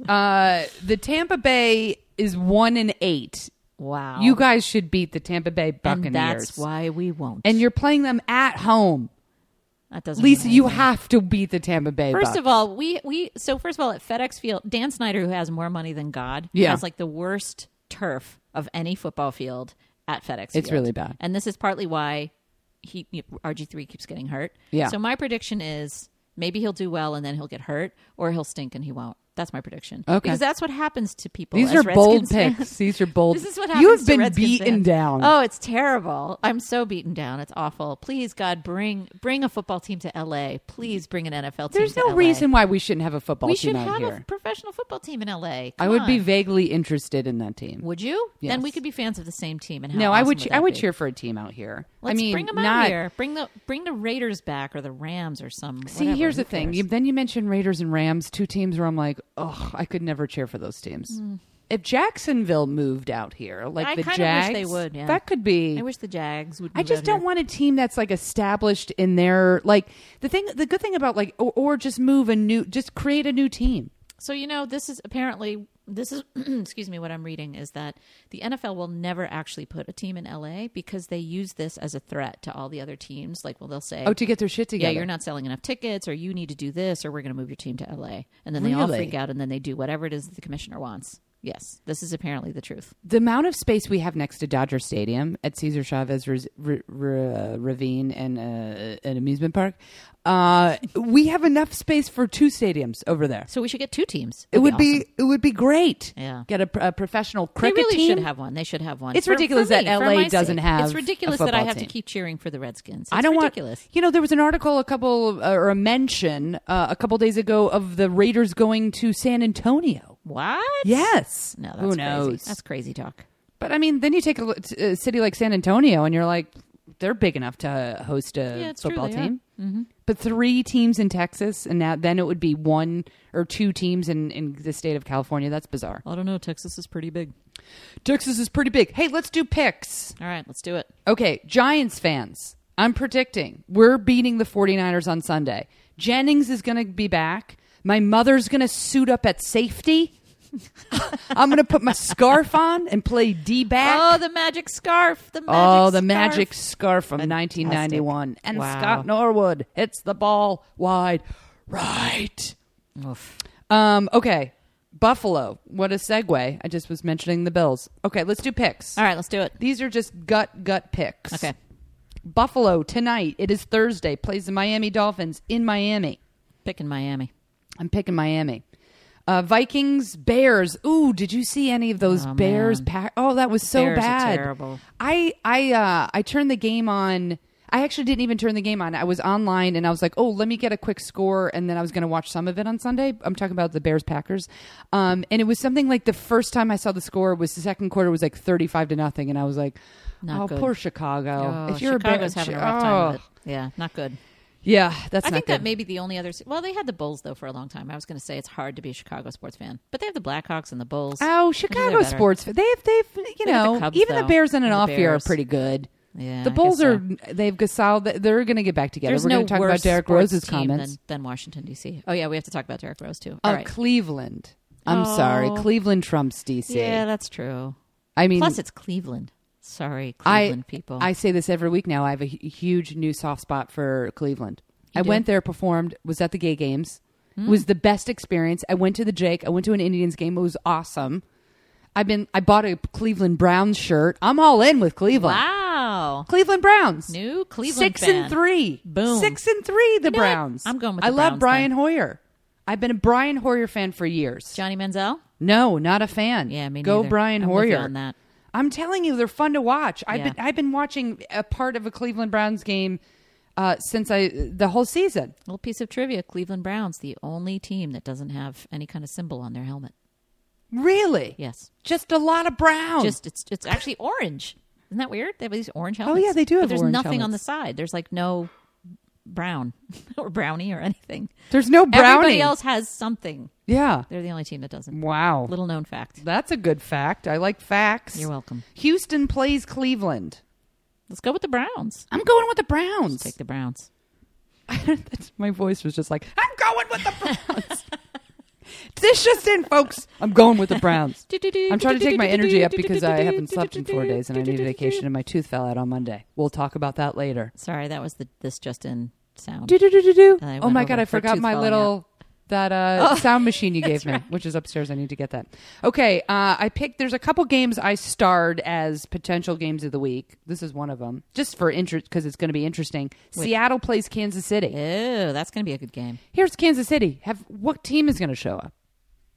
A: uh, the Tampa Bay is one and eight.
B: Wow,
A: You guys should beat the Tampa Bay Buccaneers.
B: Oh. and that's why we won't.
A: And you're playing them at home.
B: that doesn't.
A: Lisa,
B: mean
A: you
B: anything.
A: have to beat the Tampa Bay.
B: Oh, First of all, we we so first of all at FedEx Field, Dan Snyder, who has more money than God,
A: Yeah.
B: has like the worst turf of any football field at FedEx.
A: It's
B: Field.
A: really bad.
B: and this is partly why he RG three keeps getting hurt.
A: Yeah.
B: So my prediction is maybe he'll do well and then he'll get hurt, or he'll stink and he won't. That's my prediction.
A: Okay.
B: Because that's what happens to people.
A: These
B: as
A: are bold
B: Redskins fans.
A: picks. These are bold.
B: [LAUGHS] This is what happens
A: you have
B: to
A: been
B: Redskins
A: beaten
B: fans.
A: down.
B: Oh, it's terrible. I'm so beaten down. It's awful. Please, God, bring bring a football team to LA. Please bring an NFL team.
A: There's
B: to
A: no
B: LA.
A: reason why we shouldn't have a football
B: we
A: team
B: should
A: out
B: have
A: here.
B: a professional football team in LA.
A: I
B: Come
A: would be
B: on.
A: vaguely interested in that team.
B: Would you? Then
A: Yes.
B: we could be fans of the same team. And how
A: no, I
B: awesome
A: would. che-
B: that
A: I would
B: be?
A: cheer for a team out here.
B: Let's
A: I mean,
B: bring them
A: not,
B: out here. Bring the bring the Raiders back or the Rams or some.
A: See,
B: whatever.
A: here's
B: Who
A: the thing.
B: cares?
A: You, then you mentioned Raiders and Rams, two teams where I'm like, oh, I could never cheer for those teams. If Jacksonville moved out here, like
B: Hmm. I
A: the
B: kinda
A: Jags,
B: wish they would, yeah.
A: that could be.
B: I wish the Jags would.
A: I
B: move
A: just
B: out
A: don't
B: here.
A: want a team that's like established in their like the thing. The good thing about like or, or just move a new, just create a new team.
B: So you know, this is apparently this is [CLEARS THROAT] excuse me. What I'm reading is that the NFL will never actually put a team in LA because they use this as a threat to all the other teams. Like, well, they'll say,
A: Oh, to get their shit together.
B: yeah, you're not selling enough tickets, or you need to do this, or we're going to move your team to LA. And then they all
A: Really?
B: freak out, and then they do whatever it is that the commissioner wants. Yes, this is apparently the truth.
A: the amount of space we have next to Dodger Stadium at Cesar Chavez Res- R- R- Ravine and uh, an amusement park, uh, we have enough space for two stadiums over there.
B: So we should get two teams.
A: It would
B: awesome.
A: be it would be great.
B: Yeah.
A: get a, pr- a professional
B: They
A: cricket
B: really
A: team.
B: should have one. They should have one.
A: It's ridiculous that
B: for
A: LA
B: my sake.
A: doesn't have
B: It's
A: a
B: ridiculous that I
A: football
B: have to
A: team.
B: keep cheering for the Redskins. It's
A: I don't
B: ridiculous.
A: want. You know, there was an article a couple uh, or a mention uh, a couple days ago of the Raiders going to San Antonio.
B: What?
A: Yes.
B: No, that's
A: Who
B: crazy.
A: knows?
B: That's crazy talk.
A: But I mean, then you take a, look at a city like San Antonio, and you're like, they're big enough to host a
B: Yeah, it's true,
A: football
B: they Mm-hmm.
A: team. But three teams in Texas, and now then it would be one or two teams in, in the state of California. That's bizarre.
B: I don't know. Texas is pretty big.
A: Texas is pretty big. Hey, let's do picks.
B: All right, let's do it.
A: Okay, Giants fans, I'm predicting we're beating the 49ers on Sunday. Jennings is going to be back. My mother's going to suit up at safety. [LAUGHS] I'm going to put my scarf on and play D back.
B: Oh, the magic scarf. The magic
A: Oh, the
B: scarf.
A: magic scarf from 1991. And
B: Wow.
A: Scott Norwood hits the ball wide right.
B: Oof.
A: Um, okay. Buffalo. What a segue. I just was mentioning the Bills. Okay, let's do picks.
B: All right, let's do it.
A: These are just gut, gut picks.
B: Okay.
A: Buffalo tonight, it is Thursday, plays the Miami Dolphins in Miami.
B: Picking Miami.
A: I'm picking Miami. Uh, Vikings, Bears. Ooh, did you see any of those
B: Oh,
A: Bears?
B: man.
A: Pack- oh, that was so
B: Bears are
A: bad.
B: terrible.
A: I I uh, I turned the game on. I actually didn't even turn the game on. I was online and I was like, "Oh, let me get a quick score," and then I was going to watch some of it on Sunday. I'm talking about the Bears Packers, um, and it was something like the first time I saw the score was the second quarter was like 35 to nothing, and I was like,
B: Not
A: "Oh,
B: good.
A: poor Chicago."
B: Oh,
A: if you're
B: Chicago's
A: a Bear,
B: having a rough time with
A: Oh.
B: it. Yeah, not good.
A: yeah, that's
B: I
A: not
B: think
A: good.
B: that may be the only other. Well, they had the Bulls though for a long time. I was going to say it's hard to be a Chicago sports fan, but they have the Blackhawks and the Bulls.
A: Oh,
B: They're
A: Chicago
B: better.
A: sports. They've they've you
B: Look at the
A: know
B: Cubs,
A: even the
B: though,
A: Bears in an
B: and the
A: off year are
B: Bears.
A: pretty good.
B: Yeah,
A: the
B: I
A: Bulls
B: guess
A: are
B: so.
A: they've gasol they're going to get back together.
B: There's
A: We're
B: no
A: going to talk about
B: worse
A: Derek
B: sports
A: Rose's
B: team
A: comments.
B: than, than Washington D.C. Oh yeah, we have to talk about Derek Rose too.
A: Oh,
B: All right.
A: Cleveland. I'm sorry,
B: Oh.
A: Cleveland trumps DC.
B: Yeah, that's true.
A: I mean,
B: Plus, it's Cleveland. Sorry,
A: I
B: Cleveland people.
A: I say this every week now. I have a hu- huge new soft spot for Cleveland. I
B: do? Hmm.
A: went there, performed, was at the gay games. It was the best experience. I went to the Jake. I went to an Indians game. It was awesome. I've been. I bought a Cleveland Browns shirt. I'm all in with Cleveland.
B: wow.
A: Cleveland Browns.
B: New Cleveland
A: Six
B: fan.
A: and three.
B: Boom.
A: Six and three. The
B: know what?
A: Browns.
B: I'm going with
A: I
B: the
A: love
B: Browns
A: Brian Hoyer. I've been a Brian Hoyer fan for years.
B: Johnny Manziel.
A: No, not a fan.
B: Yeah, me
A: Go
B: neither.
A: Brian
B: I'm with you
A: Hoyer
B: on that.
A: I'm telling you, they're fun to watch. I've
B: Yeah.
A: been I've been watching a part of a Cleveland Browns game uh, since I the whole season.
B: Little piece of trivia: Cleveland Browns, the only team that doesn't have any kind of symbol on their helmet.
A: Really?
B: Yes,
A: Just a lot of Browns.
B: just it's it's actually orange. Isn't that weird? They have these orange helmets.
A: Oh, yeah, they do
B: But
A: have
B: there's
A: orange
B: nothing on the
A: helmets.
B: side. There's like no brown [LAUGHS] or brownie or anything.
A: There's no brownie.
B: Everybody else has something.
A: Yeah.
B: They're the only team that doesn't.
A: Wow.
B: Little known fact.
A: That's a good fact. I like facts.
B: You're welcome.
A: Houston plays Cleveland.
B: Let's go with the Browns.
A: I'm going with the Browns.
B: Take the Browns.
A: [LAUGHS] That's, my voice was just like, I'm going with the [LAUGHS] Browns. this just in, folks. I'm going with the [LAUGHS] Browns. I'm trying to take my energy up because I [LAUGHS] haven't slept in four days and I need a vacation and my tooth fell out on Monday. We'll talk about that later.
B: Sorry, that was the this just in sound.
A: Do, do, do, do, do.
B: And I
A: Oh
B: went
A: my
B: over
A: God, I
B: for
A: forgot
B: tooth
A: my
B: falling
A: little. That uh, sound [LAUGHS] machine you gave me, which is upstairs, I need to get that. Okay, uh, I picked. There's a couple games I starred as potential games of the week. This is one of them, just for interest, because it's going to be interesting. Seattle plays Kansas City.
B: Ew, that's going to be a good game.
A: Here's Kansas City. Have what team is going to show up?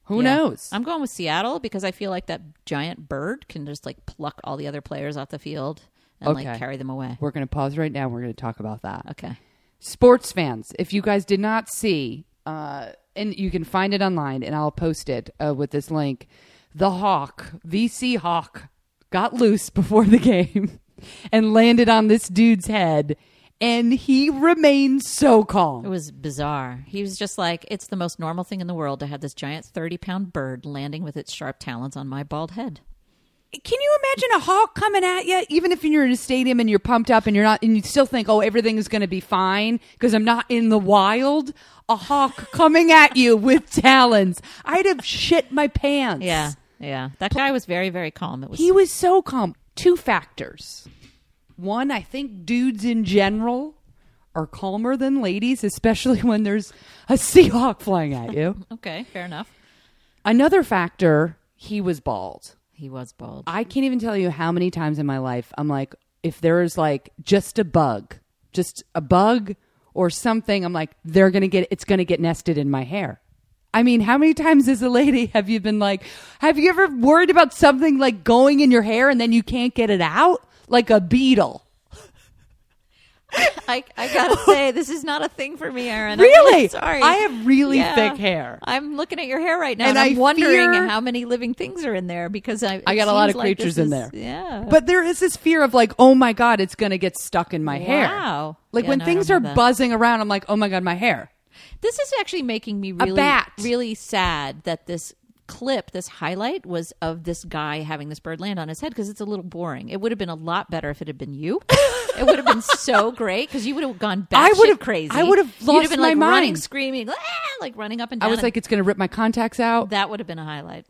A: Who
B: Yeah. Uh,
A: knows?
B: I'm going with Seattle because I feel like that giant bird can just like pluck all the other players off the field and
A: Okay.
B: like carry them away.
A: We're going to pause right now. We're going to talk about that.
B: Okay.
A: sports fans, if you guys did not see, uh, and you can find it online, and I'll post it uh, with this link. The hawk, the sea hawk, got loose [LAUGHS] before the game and landed on this dude's head, and he remained so
B: It
A: calm.
B: was bizarre. He was just like, it's the most normal thing in the world to have this giant 30 pound bird landing with its sharp talons on my bald head.
A: Can you imagine a hawk coming at you? Even if you're in a stadium and you're pumped up and you're not, and you still think, "Oh, everything is going to be fine" because I'm not in the wild. A hawk coming at you with talons, I'd have shit my pants.
B: Yeah. Yeah. That guy was very, very calm. It was
A: He was so calm. Two factors. One, I think dudes in general are calmer than ladies, especially when there's a Seahawk flying at
B: [LAUGHS]
A: you.
B: okay. Fair enough.
A: Another factor, he was bald.
B: He was bald.
A: I can't even tell you how many times in my life I'm like, if there is like just a bug, just a bug or something, I'm like, they're gonna get it's gonna get nested in my hair. I mean, how many times as a lady [LAUGHS] have you been like, have you ever worried about something like going in your hair and then you can't get it out? Like a beetle.
B: I, I
A: [LAUGHS]
B: gotta say, this is not a thing for me, Aaron. I'm
A: Really?
B: sorry.
A: I have really thick hair.
B: I'm looking at your hair right now,
A: And
B: and,
A: I
B: I'm wondering
A: fear-
B: how many living things are in there because I
A: I
B: it
A: got a lot of
B: seems like this
A: creatures in there.
B: is- Yeah,
A: But there is this fear of like, oh my God, it's gonna get stuck in my hair.
B: Wow.
A: Like
B: Yeah,
A: when
B: no, I don't
A: things are
B: have that.
A: buzzing around, I'm like, oh my God, my hair.
B: this is actually making me really
A: bat.
B: really sad that this clip, this highlight, was of this guy having this bird land on his head because it's a little boring. It would have been a lot better if it had
A: [LAUGHS]
B: been you. it would have been so great because you would have gone
A: I
B: back
A: would have-
B: crazy.
A: I would have
B: You'd
A: lost
B: been
A: my
B: like running,
A: mind.
B: screaming, "Ah!" like running up and
A: I
B: down.
A: was
B: and-
A: like, it's gonna rip my contacts out.
B: that would have been a highlight.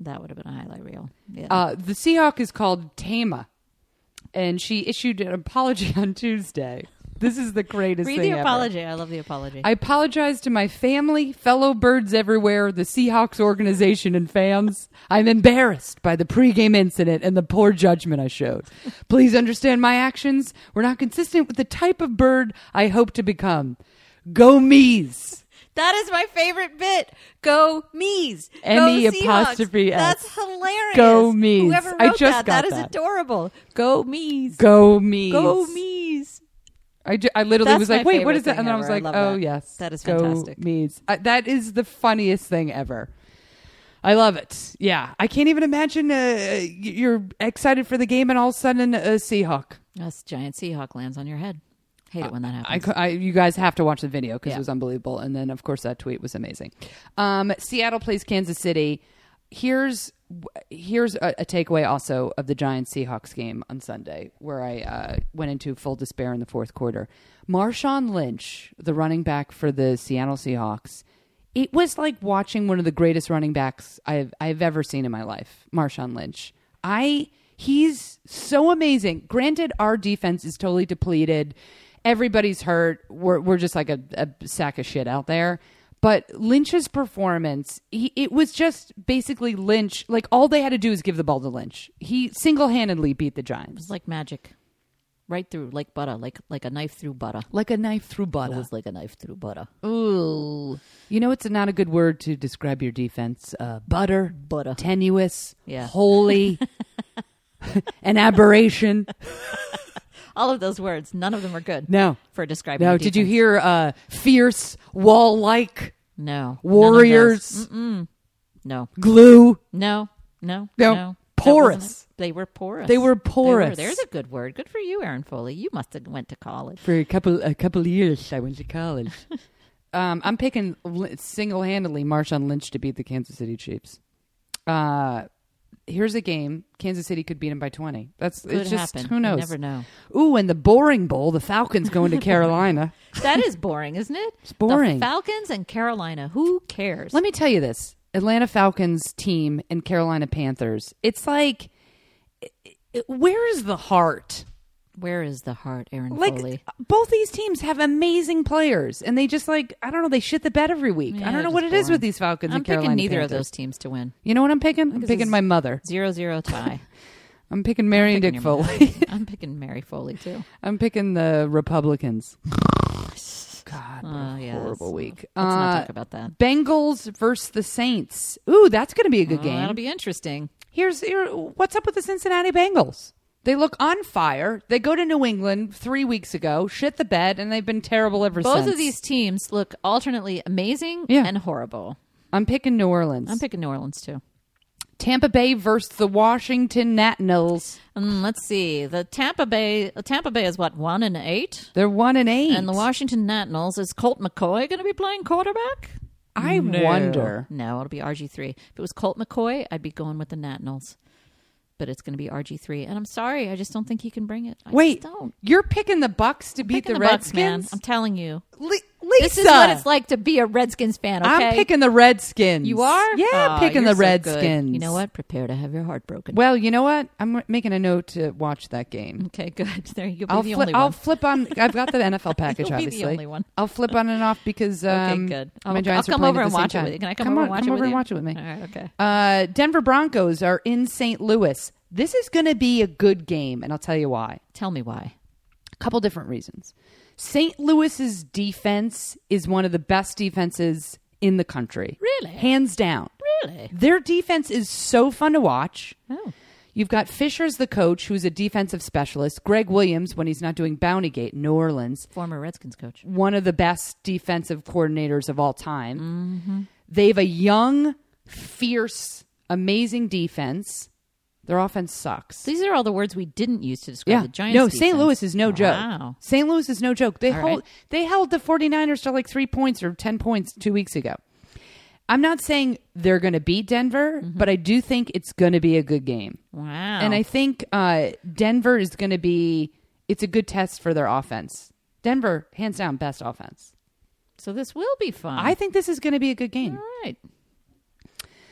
B: That would have been a highlight reel. Oh, Yeah.
A: Uh, the Seahawk is called Tama, and she issued an apology [LAUGHS] on Tuesday. This is the greatest
B: Read
A: thing
B: the
A: ever.
B: apology. I love the apology.
A: I apologize to my family, fellow birds everywhere, the Seahawks organization, and fans. I'm embarrassed by the pregame incident and the poor judgment I showed. Please understand my actions were not consistent with the type of bird I hope to become. Go Mees!
B: That is my favorite bit. Go Mees. Go
A: M E
B: Seahawks.
A: apostrophe S.
B: That's hilarious.
A: Go Mees.
B: Whoever wrote
A: I just got
B: that, that is
A: that.
B: adorable. Go Mees.
A: Go Mees!
B: Go Mees.
A: I, ju- I literally
B: That's
A: was like,
B: my
A: wait, what
B: favorite
A: is that?
B: thing
A: And I was
B: ever. I
A: like,
B: love
A: oh,
B: that.
A: yes.
B: That is
A: Go
B: fantastic.
A: Meads. I, that is the funniest thing ever. I love it. Yeah. I can't even imagine uh, y- you're excited for the game and all of a sudden a Seahawk.
B: That's giant Seahawk lands on your head. Hate it when that
A: I,
B: happens.
A: cou- I, you guys have to watch the video because
B: Yeah.
A: it was unbelievable. And then, of course, that tweet was amazing. Um, Seattle plays Kansas City. Here's here's a, a takeaway also of the Giants Seahawks game on Sunday, where I uh, went into full despair in the fourth quarter. Marshawn Lynch, the running back for the Seattle Seahawks, it was like watching one of the greatest running backs I've I've ever seen in my life, Marshawn Lynch. I he's so amazing. Granted, our defense is totally depleted. Everybody's hurt. We're we're just like a, a sack of shit out there. But Lynch's performance, he, it was just basically Lynch. Like all they had to do is give the ball to Lynch. He single handedly beat the Giants
B: it's like magic. Right through, like butter, like like a knife through butter.
A: like a knife through
B: It
A: butter.
B: was like a knife through butter.
A: Ooh, you know it's not a good word to describe your defense. Uh, butter,
B: Butter.
A: tenuous,
B: Yeah. [LAUGHS]
A: holy, an aberration.
B: All of those words, none of them are good.
A: No.
B: For describing.
A: No,
B: the
A: did you
B: defense.
A: hear uh, fierce, wall like
B: No. None of those.
A: warriors,
B: No.
A: glue?
B: No. No.
A: No.
B: No. That
A: Porous.
B: wasn't it. They were porous.
A: They were porous.
B: There's a good word. Good for you, Aaron Foley. You must have went to college.
A: For a couple a couple years, I went to
B: [LAUGHS]
A: college. um, I'm picking single handedly Marshawn Lynch to beat the Kansas City Chiefs. Uh, here's a game Kansas City could beat him by 20. That's
B: Could
A: it's just
B: happen.
A: who
B: You
A: knows.
B: never know.
A: Ooh, and the Boring Bowl, the Falcons going
B: [LAUGHS]
A: to Carolina.
B: That is boring,
A: [LAUGHS]
B: isn't it? It's
A: boring.
B: The Falcons and Carolina. Who cares?
A: Let me tell you this Atlanta Falcons team and Carolina Panthers. It's like, it- it- where is the heart?
B: Where is the heart, Aaron
A: Like,
B: Foley?
A: both these teams have amazing players, and they just like, I don't know, they shit the bed every week. I
B: Yeah,
A: don't know
B: they're
A: what it
B: just
A: is
B: boring.
A: with these Falcons
B: I'm
A: and
B: picking
A: Carolina
B: neither
A: Panthers.
B: of those teams to win.
A: You know what I'm picking? I'm
B: this
A: picking
B: is-
A: my mother. [LAUGHS]
B: Zero zero tie.
A: I'm picking Mary and Dick
B: Picking
A: [LAUGHS]
B: your
A: Foley.
B: I'm picking Mary Foley too. [LAUGHS]
A: I'm picking the Republicans. God, what a
B: Oh, yes.
A: horrible week.
B: Let's not
A: Uh,
B: talk about that.
A: Bengals versus the Saints. Ooh, that's going to be a good
B: Oh,
A: game.
B: that'll be interesting.
A: Here's here, what's up with the Cincinnati Bengals. They look on fire. They go to New England three weeks ago, shit the bed, and they've been terrible ever since.
B: Both of these teams look alternately amazing
A: Yeah.
B: and horrible.
A: I'm picking New Orleans.
B: I'm picking New Orleans too.
A: Tampa Bay versus the Washington Nationals.
B: Mm, let's see. The Tampa Bay uh, Tampa Bay is what one and eight,
A: They're one and eight.
B: and the Washington Nationals is Colt McCoy going to be playing quarterback?
A: I wonder.
B: No, it'll be RG three. If it was Colt McCoy, I'd be going with the Nationals, but it's going to be RG three. And I'm sorry, I just don't think he can bring it. I
A: Wait,
B: just don't
A: you're picking the Bucks to beat
B: Picking
A: the,
B: Bucks, man.
A: Redskins?
B: I'm telling you,
A: Le- Lisa,
B: this is what it's like to be a Redskins fan. Okay,
A: I'm picking the Redskins.
B: You are?
A: Yeah, I'm
B: Aw,
A: picking the
B: you're so good.
A: Redskins.
B: You know what? Prepare to have your heart broken.
A: Well, you know what? I'm r- making a note to watch that game.
B: okay, good. [LAUGHS] There you go.
A: I'll,
B: be the
A: fli-
B: only
A: I'll
B: one.
A: flip on. I've got
B: [LAUGHS]
A: the NFL package,
B: You'll be the
A: obviously.
B: only one.
A: I'll flip on and off because
B: Okay,
A: um,
B: good.
A: my
B: I'll, I'll
A: Giants are
B: come
A: playing
B: over
A: at the
B: and
A: same
B: watch
A: time.
B: it with you. Can I come,
A: come
B: over
A: on,
B: and watch
A: come
B: it
A: over
B: with
A: and
B: you?
A: watch it with me?
B: All right, okay.
A: Uh, Denver Broncos are in St. Louis. This is going to be a good game, and I'll tell you why.
B: Tell me why.
A: A couple different reasons. St. Louis's defense is one of the best defenses in the country.
B: Really?
A: Hands down.
B: Really?
A: Their defense is so fun to watch.
B: Oh.
A: You've got Fisher's the coach, who's a defensive specialist. Greg Williams, when he's not doing Bounty Gate in New Orleans,
B: Former Redskins coach.
A: one of the best defensive coordinators of all time. They have a young, fierce, amazing defense. Their offense sucks.
B: These are all the words we didn't use to describe
A: yeah.
B: the Giants.
A: no,
B: defense.
A: St. Louis is no joke.
B: Wow.
A: St. Louis is no joke. They
B: All
A: hold
B: right.
A: they held the 49ers to like 3 points or 10 points 2 weeks ago. I'm not saying they're going to beat Denver, but I do think it's going to be a good game.
B: Mm-hmm. Wow.
A: And I think uh, Denver is going to be. It's a good test for their offense. Denver, hands down, best offense.
B: so this will be fun.
A: I think this is going to be a good game.
B: all right.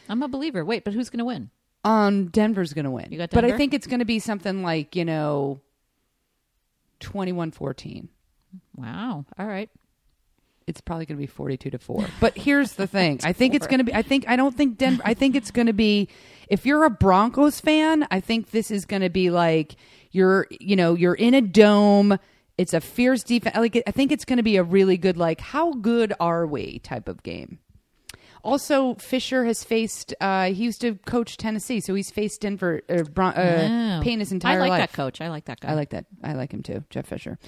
B: I'm a believer. Wait, but who's going to win?
A: Um, Denver's going to win.
B: You got
A: But I
B: Denver?
A: think it's going to be something like you know, 21-14.
B: Wow. All right.
A: It's probably going to be forty-two to four. But here's the
B: [LAUGHS]
A: thing: I think it's going to be. I think I don't think Denver. I think it's going to be. If you're a Broncos fan, I think this is going to be like you're. You know, you're in a dome. It's a fierce defense. Like I think it's going to be a really good, like how good are we type of game. Also, Fisher has faced. Uh, he used to coach Tennessee, so he's faced Denver uh, Bron- uh,
B: Oh.
A: Payne his entire
B: I like
A: life.
B: that coach. I like that guy.
A: I like that. I like him too, Jeff Fisher.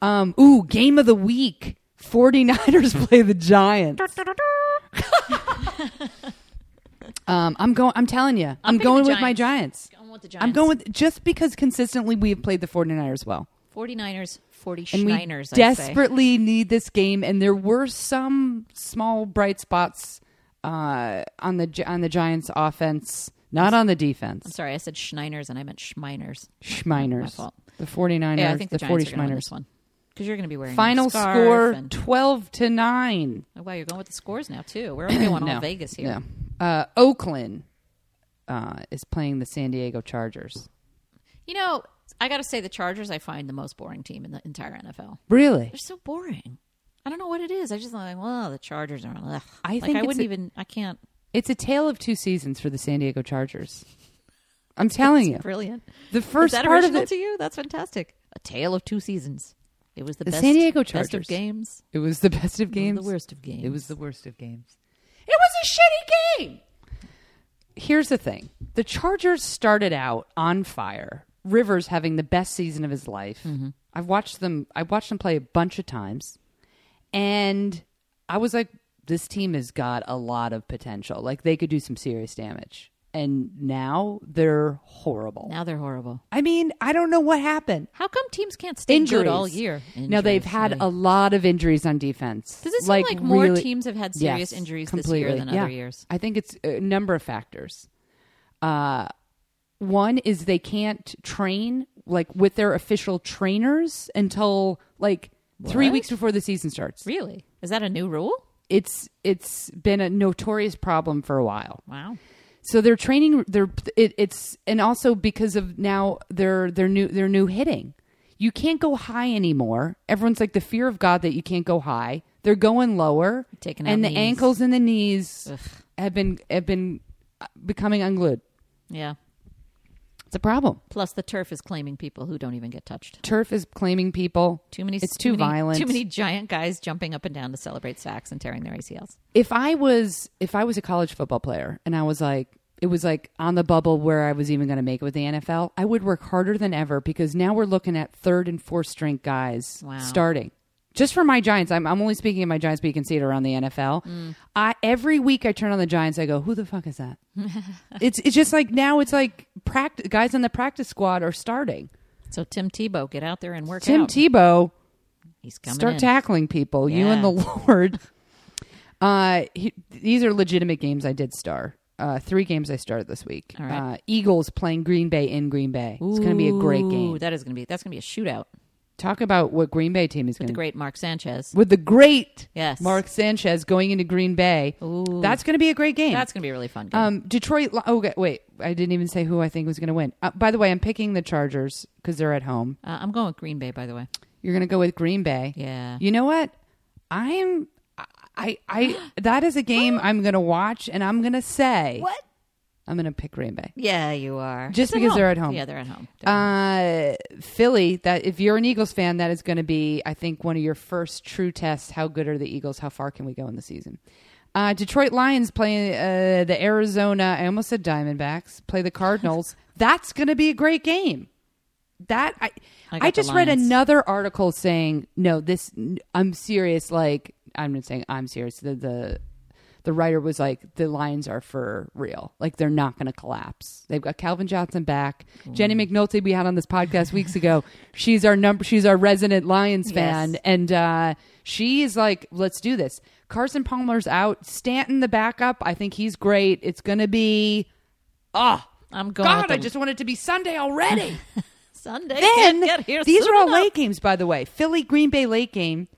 A: Um, ooh, game of the week. 49ers [LAUGHS] play the Giants.
B: [LAUGHS]
A: um, I'm going I'm telling you. I'm,
B: picking
A: going
B: the
A: with my
B: Giants.
A: Giants.
B: I'm with the
A: I'm
B: Giants.
A: going with just because consistently we've played the 49ers well.
B: 49ers, 40
A: And we
B: Schniners, I'd say.
A: desperately need this game and there were some small bright spots uh, on the Gi- on the Giants offense, not on the
B: I'm
A: defense.
B: sorry, I said Schniners and I meant Schminers. My
A: Schminers.
B: fault.
A: The 49ers,
B: Yeah, I think the,
A: the, 40
B: Giants are going to win
A: Schminers.
B: this one because you're going to be wearing
A: Final
B: a scarf
A: score
B: and-
A: 12 to
B: [CLEARS THROAT]
A: 9.
B: oh, wow, you're going with the scores now too. We're
A: [CLEARS THROAT]
B: only going all Vegas here.
A: No. Uh, Oakland uh, is playing the San Diego Chargers.
B: You know, I got to say the Chargers I find the most boring team in the entire NFL.
A: Really?
B: They're so boring. I don't know what it is. I just like, well, the Chargers are. Ugh.
A: I
B: like,
A: think
B: I
A: it's
B: wouldn't
A: a-
B: even. I can't.
A: It's a tale of two seasons for the San Diego Chargers. I'm telling you.
B: Brilliant.
A: The first
B: is that
A: part of
B: original
A: it,
B: to you? That's fantastic. A tale of two seasons. It was the,
A: The
B: best.
A: San Diego
B: best of
A: Chargers.
B: games.
A: it was the best of
B: and
A: games.
B: The worst of games.
A: It was the worst of games. It was a shitty game. Here's the thing the Chargers started out on fire. Rivers having the best season of his life.
B: Mm-hmm.
A: I've watched them I watched them play a bunch of times. And I was like, this team has got a lot of potential. Like they could do some serious damage. And now they're horrible.
B: Now they're horrible.
A: I mean, I don't know what happened.
B: How come teams can't stay
A: Injuries
B: good all year?
A: now they've
B: Injuries,
A: had
B: right.
A: a lot of injuries on defense.
B: Does it seem like more teams have had serious injuries this year than other years?
A: I think it's a number of factors. Uh, one is they can't train like with their official trainers until like three
B: What?
A: weeks before the season starts.
B: Really? Is that a new rule?
A: It's it's been a notorious problem for a while.
B: Wow.
A: So they're training. They're it, it's and also because of now their their new their new hitting. You can't go high anymore. Everyone's like the fear of God that you can't go high. They're going lower,
B: Taking out
A: and the
B: knees.
A: ankles and the knees
B: Ugh.
A: have been have been uh, becoming unglued.
B: Yeah.
A: It's a problem.
B: Plus, the turf is claiming people who don't even get touched.
A: Turf is claiming people.
B: Too many.
A: It's too
B: many-
A: violent.
B: Too many giant guys jumping up and down to celebrate sacks and tearing their ACLs.
A: if I was if I was a college football player and I was like it was like on the bubble where I was even going to make it with the NFL, I would work harder than ever because now we're looking at third and fourth string guys
B: Wow.
A: starting. Just for my Giants, I'm, I'm only speaking of my Giants, but you can see it around the NFL. I, every week I turn on the Giants, I go, "Who the fuck is that?" it's it's just like now it's like practice guys on the practice squad are starting.
B: So Tim Tebow, get out there and work
A: Tim
B: out.
A: Tebow
B: He's coming
A: Start
B: in.
A: tackling people, you and the
B: Yeah.
A: [LAUGHS] Lord. Uh, he, these are legitimate games. I did star. Uh, three games I started this week.
B: All right.
A: Uh, Eagles playing Green Bay in Green Bay. It's going to be a great
B: Ooh,
A: game.
B: that is going to be that's going to be a shootout.
A: Talk about what Green Bay team is going
B: The
A: to
B: great Mark Sanchez.
A: with the great
B: Yes.
A: Mark Sanchez going into Green Bay.
B: Ooh.
A: That's going to be a great game.
B: That's going to be a really fun game.
A: um, Detroit. li- Oh, okay, wait. I didn't even say who I think was going to win. Uh, by the way, I'm picking the Chargers because they're at home.
B: uh, I'm going with Green Bay, by the way.
A: You're going to go with Green Bay.
B: Yeah.
A: You know what? I'm I I that is a game I'm going to watch and I'm going to say
B: What?
A: I'm going to pick Green Bay.
B: Yeah, you are.
A: Just
B: It's
A: because they're at home.
B: Yeah, they're at home.
A: Uh Philly, that if you're an Eagles fan, that is going to be I think one of your first true tests how good are the Eagles? How far can we go in the season? Uh, Detroit Lions play uh, the Arizona. I almost said Diamondbacks play the
B: [LAUGHS]
A: Cardinals. That's going to be a great game. That I,
B: I
A: I,
B: got the
A: just read
B: Lions.
A: another article saying no. This I'm serious. Like I'm not saying I'm serious. The the the writer was like the Lions are for real. Like they're not going to collapse. They've got Calvin Johnson back. Jenny McNulty we had on this podcast weeks ago. She's our number. She's our resident Lions fan,
B: Yes.
A: and uh, she is like, let's do this. Carson Palmer's out. Stanton the backup. I think he's great. It's going to be. Ah,
B: I'm going. with
A: God!
B: the
A: I just want it to be Sunday already.
B: Sunday.
A: then
B: can't get here
A: these
B: soon
A: are all
B: enough.
A: late games, by the way. Philly, Green Bay late game,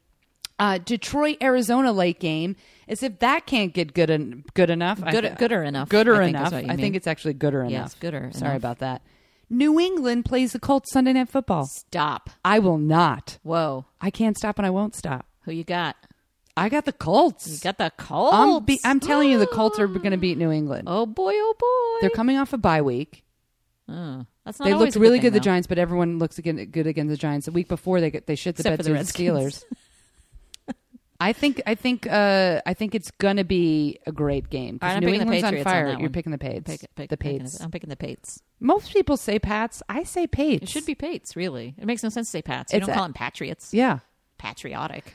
A: uh, Detroit, Arizona late game. As if that can't get good en- good enough. I
B: Good-
A: thi-
B: gooder enough,
A: Gooder
B: I think is
A: enough.
B: what you
A: I
B: mean.
A: think it's actually gooder enough.
B: Yes, gooder
A: Sorry
B: enough.
A: about that. New England plays the Colts Sunday Night Football.
B: Stop.
A: I will not.
B: Whoa.
A: I can't stop and I won't stop.
B: Who you got?
A: I got the Colts.
B: You got the Colts.
A: I'm, be- I'm telling you, the Colts are
B: [GASPS]
A: going to beat New England.
B: Oh boy! Oh boy!
A: They're coming off a bye week.
B: Oh, that's not
A: They
B: always
A: looked
B: a
A: really good,
B: good, thing,
A: the
B: though.
A: Giants, but everyone looks again, good against the Giants. The week before they get, they shit the
B: Except for
A: bed
B: the
A: to the Steelers.
B: Redskins. [LAUGHS]
A: I think I think uh, I think it's gonna be a great game. 'cause
B: All right, I'm
A: New
B: picking the
A: England's on
B: Patriots on
A: fire.
B: that
A: You're
B: one.
A: picking the Pates.
B: Pick- pick-
A: the
B: picking
A: Pates.
B: I'm picking the Pates.
A: Most people say Pats. I say Pates.
B: It should be Pates, really. It makes no sense to say Pats. You
A: It's
B: don't
A: a-
B: call them Patriots.
A: Yeah,
B: Patriotic.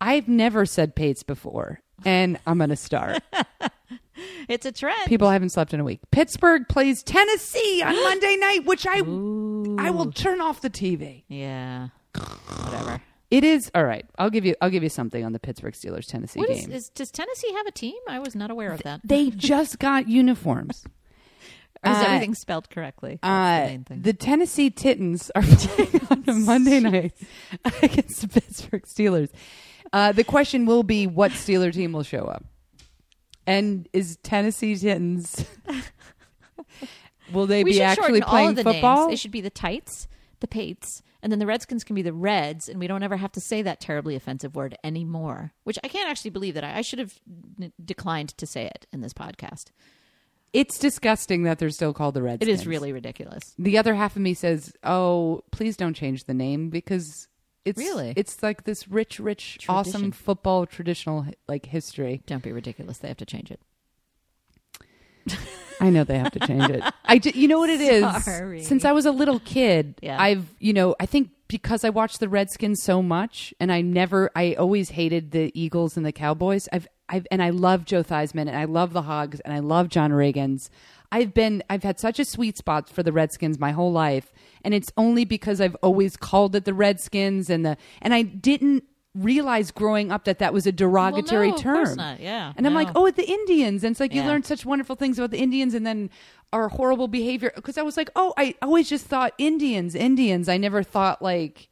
A: I've never said Pates before, and I'm gonna
B: [LAUGHS]
A: start.
B: It's a trend.
A: people haven't slept in a week. Pittsburgh plays Tennessee
B: [GASPS]
A: on Monday night, which I I will turn off the TV.
B: yeah. Whatever.
A: It is all right. I'll give you I'll give you something on the Pittsburgh Steelers Tennessee
B: What
A: game.
B: is, is, does Tennessee have a team? I was not aware of that. [LAUGHS]
A: They just got uniforms.
B: Or is
A: uh,
B: everything spelled correctly? That's the
A: Uh,
B: main thing.
A: the Tennessee Titans are [LAUGHS] playing on a Monday night [LAUGHS] against the Pittsburgh Steelers. Uh, the question will be what Steeler team will show up, and is Tennessee Titans? [LAUGHS] will they
B: we
A: be
B: should
A: actually
B: shorten all
A: playing
B: of the
A: football?
B: names. It should be the Tights, the Pates, and then the Redskins can be the Reds, and we don't ever have to say that terribly offensive word anymore. Which I can't actually believe that I, I should have n- declined to say it in this podcast.
A: it's disgusting that they're still called the
B: It
A: Redskins.
B: is really ridiculous.
A: The other half of me says, "Oh, please don't change the name because." It's,
B: Really?
A: it's like this rich, rich, awesome
B: Tradition.
A: football traditional like history.
B: Don't be ridiculous. They have to change it.
A: I know they have to change it. I ju- you know
B: [LAUGHS]
A: what it is.
B: Sorry.
A: Since I was a little kid,
B: Yeah.
A: I've you know I think because I watched the Redskins so much, and I never, I always hated the Eagles and the Cowboys. I've, I've, and I love Joe Theismann, and I love the Hogs, and I love John Reagan's. I've been, I've had such a sweet spot for the Redskins my whole life, and it's only because I've always called it the Redskins, and the, and I didn't realize growing up that that was a derogatory
B: no, of
A: term.
B: course not. Yeah,
A: and I'm like,
B: no.
A: oh, with the Indians. And it's like you
B: Yeah.
A: learn such wonderful things about the Indians and then our horrible behavior. Because I was like, oh, I always just thought Indians, Indians. I never thought like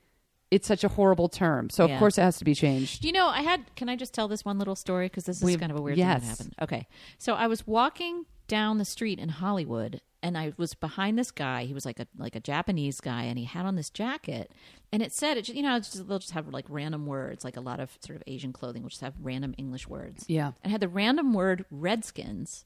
A: it's such a horrible term. So of
B: Yeah.
A: course it has to be changed.
B: Do you know, I had. Can I just tell this one little story? Because this is
A: We-
B: kind of a weird
A: yes.
B: thing that happened. Okay. So I was walking down the street in Hollywood and I was behind this guy. He was like a like a Japanese guy and he had on this jacket and it said it ju- you know, it's just, they'll just have like random words, like a lot of sort of Asian clothing will just have random English words.
A: Yeah.
B: And it had the random word redskins.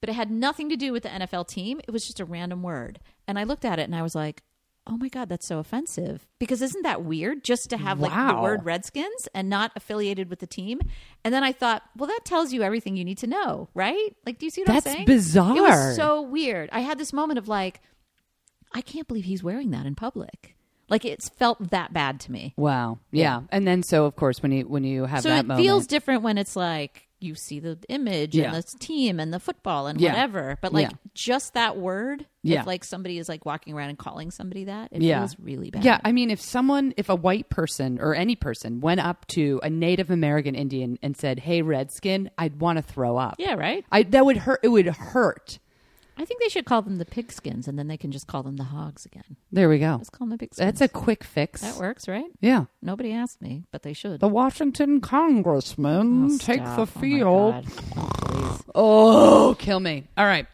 B: but it had nothing to do with the NFL team. It was just a random word. And I looked at it and I was like, oh my God, that's so offensive. Because isn't that weird just to have like the
A: Wow.
B: word Redskins and not affiliated with the team? And then I thought, well, that tells you everything you need to know, right? Like, do you see what
A: That's
B: I'm saying? It
A: bizarre.
B: was so weird. I had this moment of like, I can't believe he's wearing that in public. Like, it's felt that bad to me.
A: Wow. Yeah. And then so of course when you when you have
B: So
A: that
B: it
A: moment,
B: feels different when it's like you see the image
A: Yeah.
B: and the team and the football and
A: Yeah.
B: whatever. But like
A: Yeah.
B: just that word,
A: Yeah.
B: if like somebody is like walking around and calling somebody that, it
A: Yeah.
B: feels really bad.
A: Yeah, I mean, if someone, if a white person or any person went up to a Native American Indian and said, "Hey, redskin," I'd want to throw up.
B: Yeah, right?
A: I that would hurt. It would hurt.
B: I think they should call them the pigskins and then they can just call them the hogs again.
A: There we go.
B: Let's call them the pigskins.
A: That's a quick fix.
B: that works, right?
A: Yeah,
B: Nobody asked me, but they should.
A: the Washington congressman take
B: Stop.
A: the
B: Oh my
A: field.
B: God. Please.
A: Oh, kill me. All right.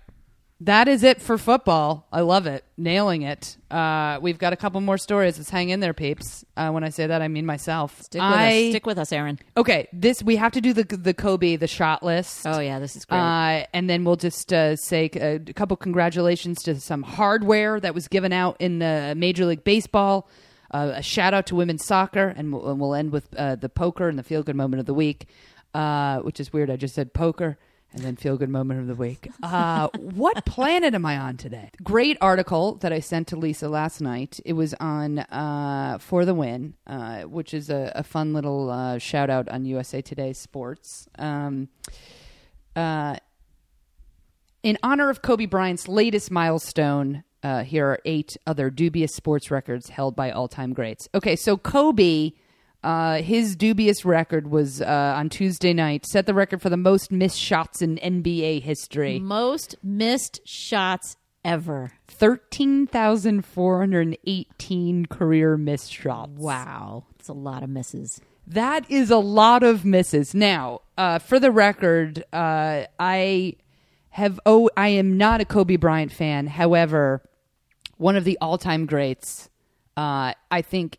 A: That is it for football. I love it. Nailing it. Uh, we've got a couple more stories. Let's hang in there, peeps. Uh, when I say that, I mean myself.
B: Stick with
A: I-
B: us. Stick with us, Aaron.
A: Okay, this we have to do the the Kobe the shot list.
B: Oh yeah, this is great.
A: Uh, and then we'll just uh, say a a couple congratulations to some hardware that was given out in the Major League Baseball. Uh, a shout out to women's soccer, and we'll, and we'll end with uh, the poker and the feel good moment of the week, uh, which is weird. I just said poker and then feel good moment of the week. Uh, [LAUGHS] what planet am I on today? Great article that I sent to Lisa last night. It was on uh, For the Win, uh, which is a, a fun little uh, shout out on USA Today Sports. Um, uh, in honor of Kobe Bryant's latest milestone, uh, here are eight other dubious sports records held by all time greats. Okay, so Kobe, uh, his dubious record was uh, on Tuesday night, set the record for the most missed shots in NBA
B: Mm-hmm.
A: history
B: Most missed shots ever.
A: 13,418 career missed shots.
B: Wow, it's a lot of misses.
A: That is a lot of misses. Now, uh, for the record, uh, I have oh, I am not a Kobe Bryant fan. However, one of the all-time greats. Uh, I think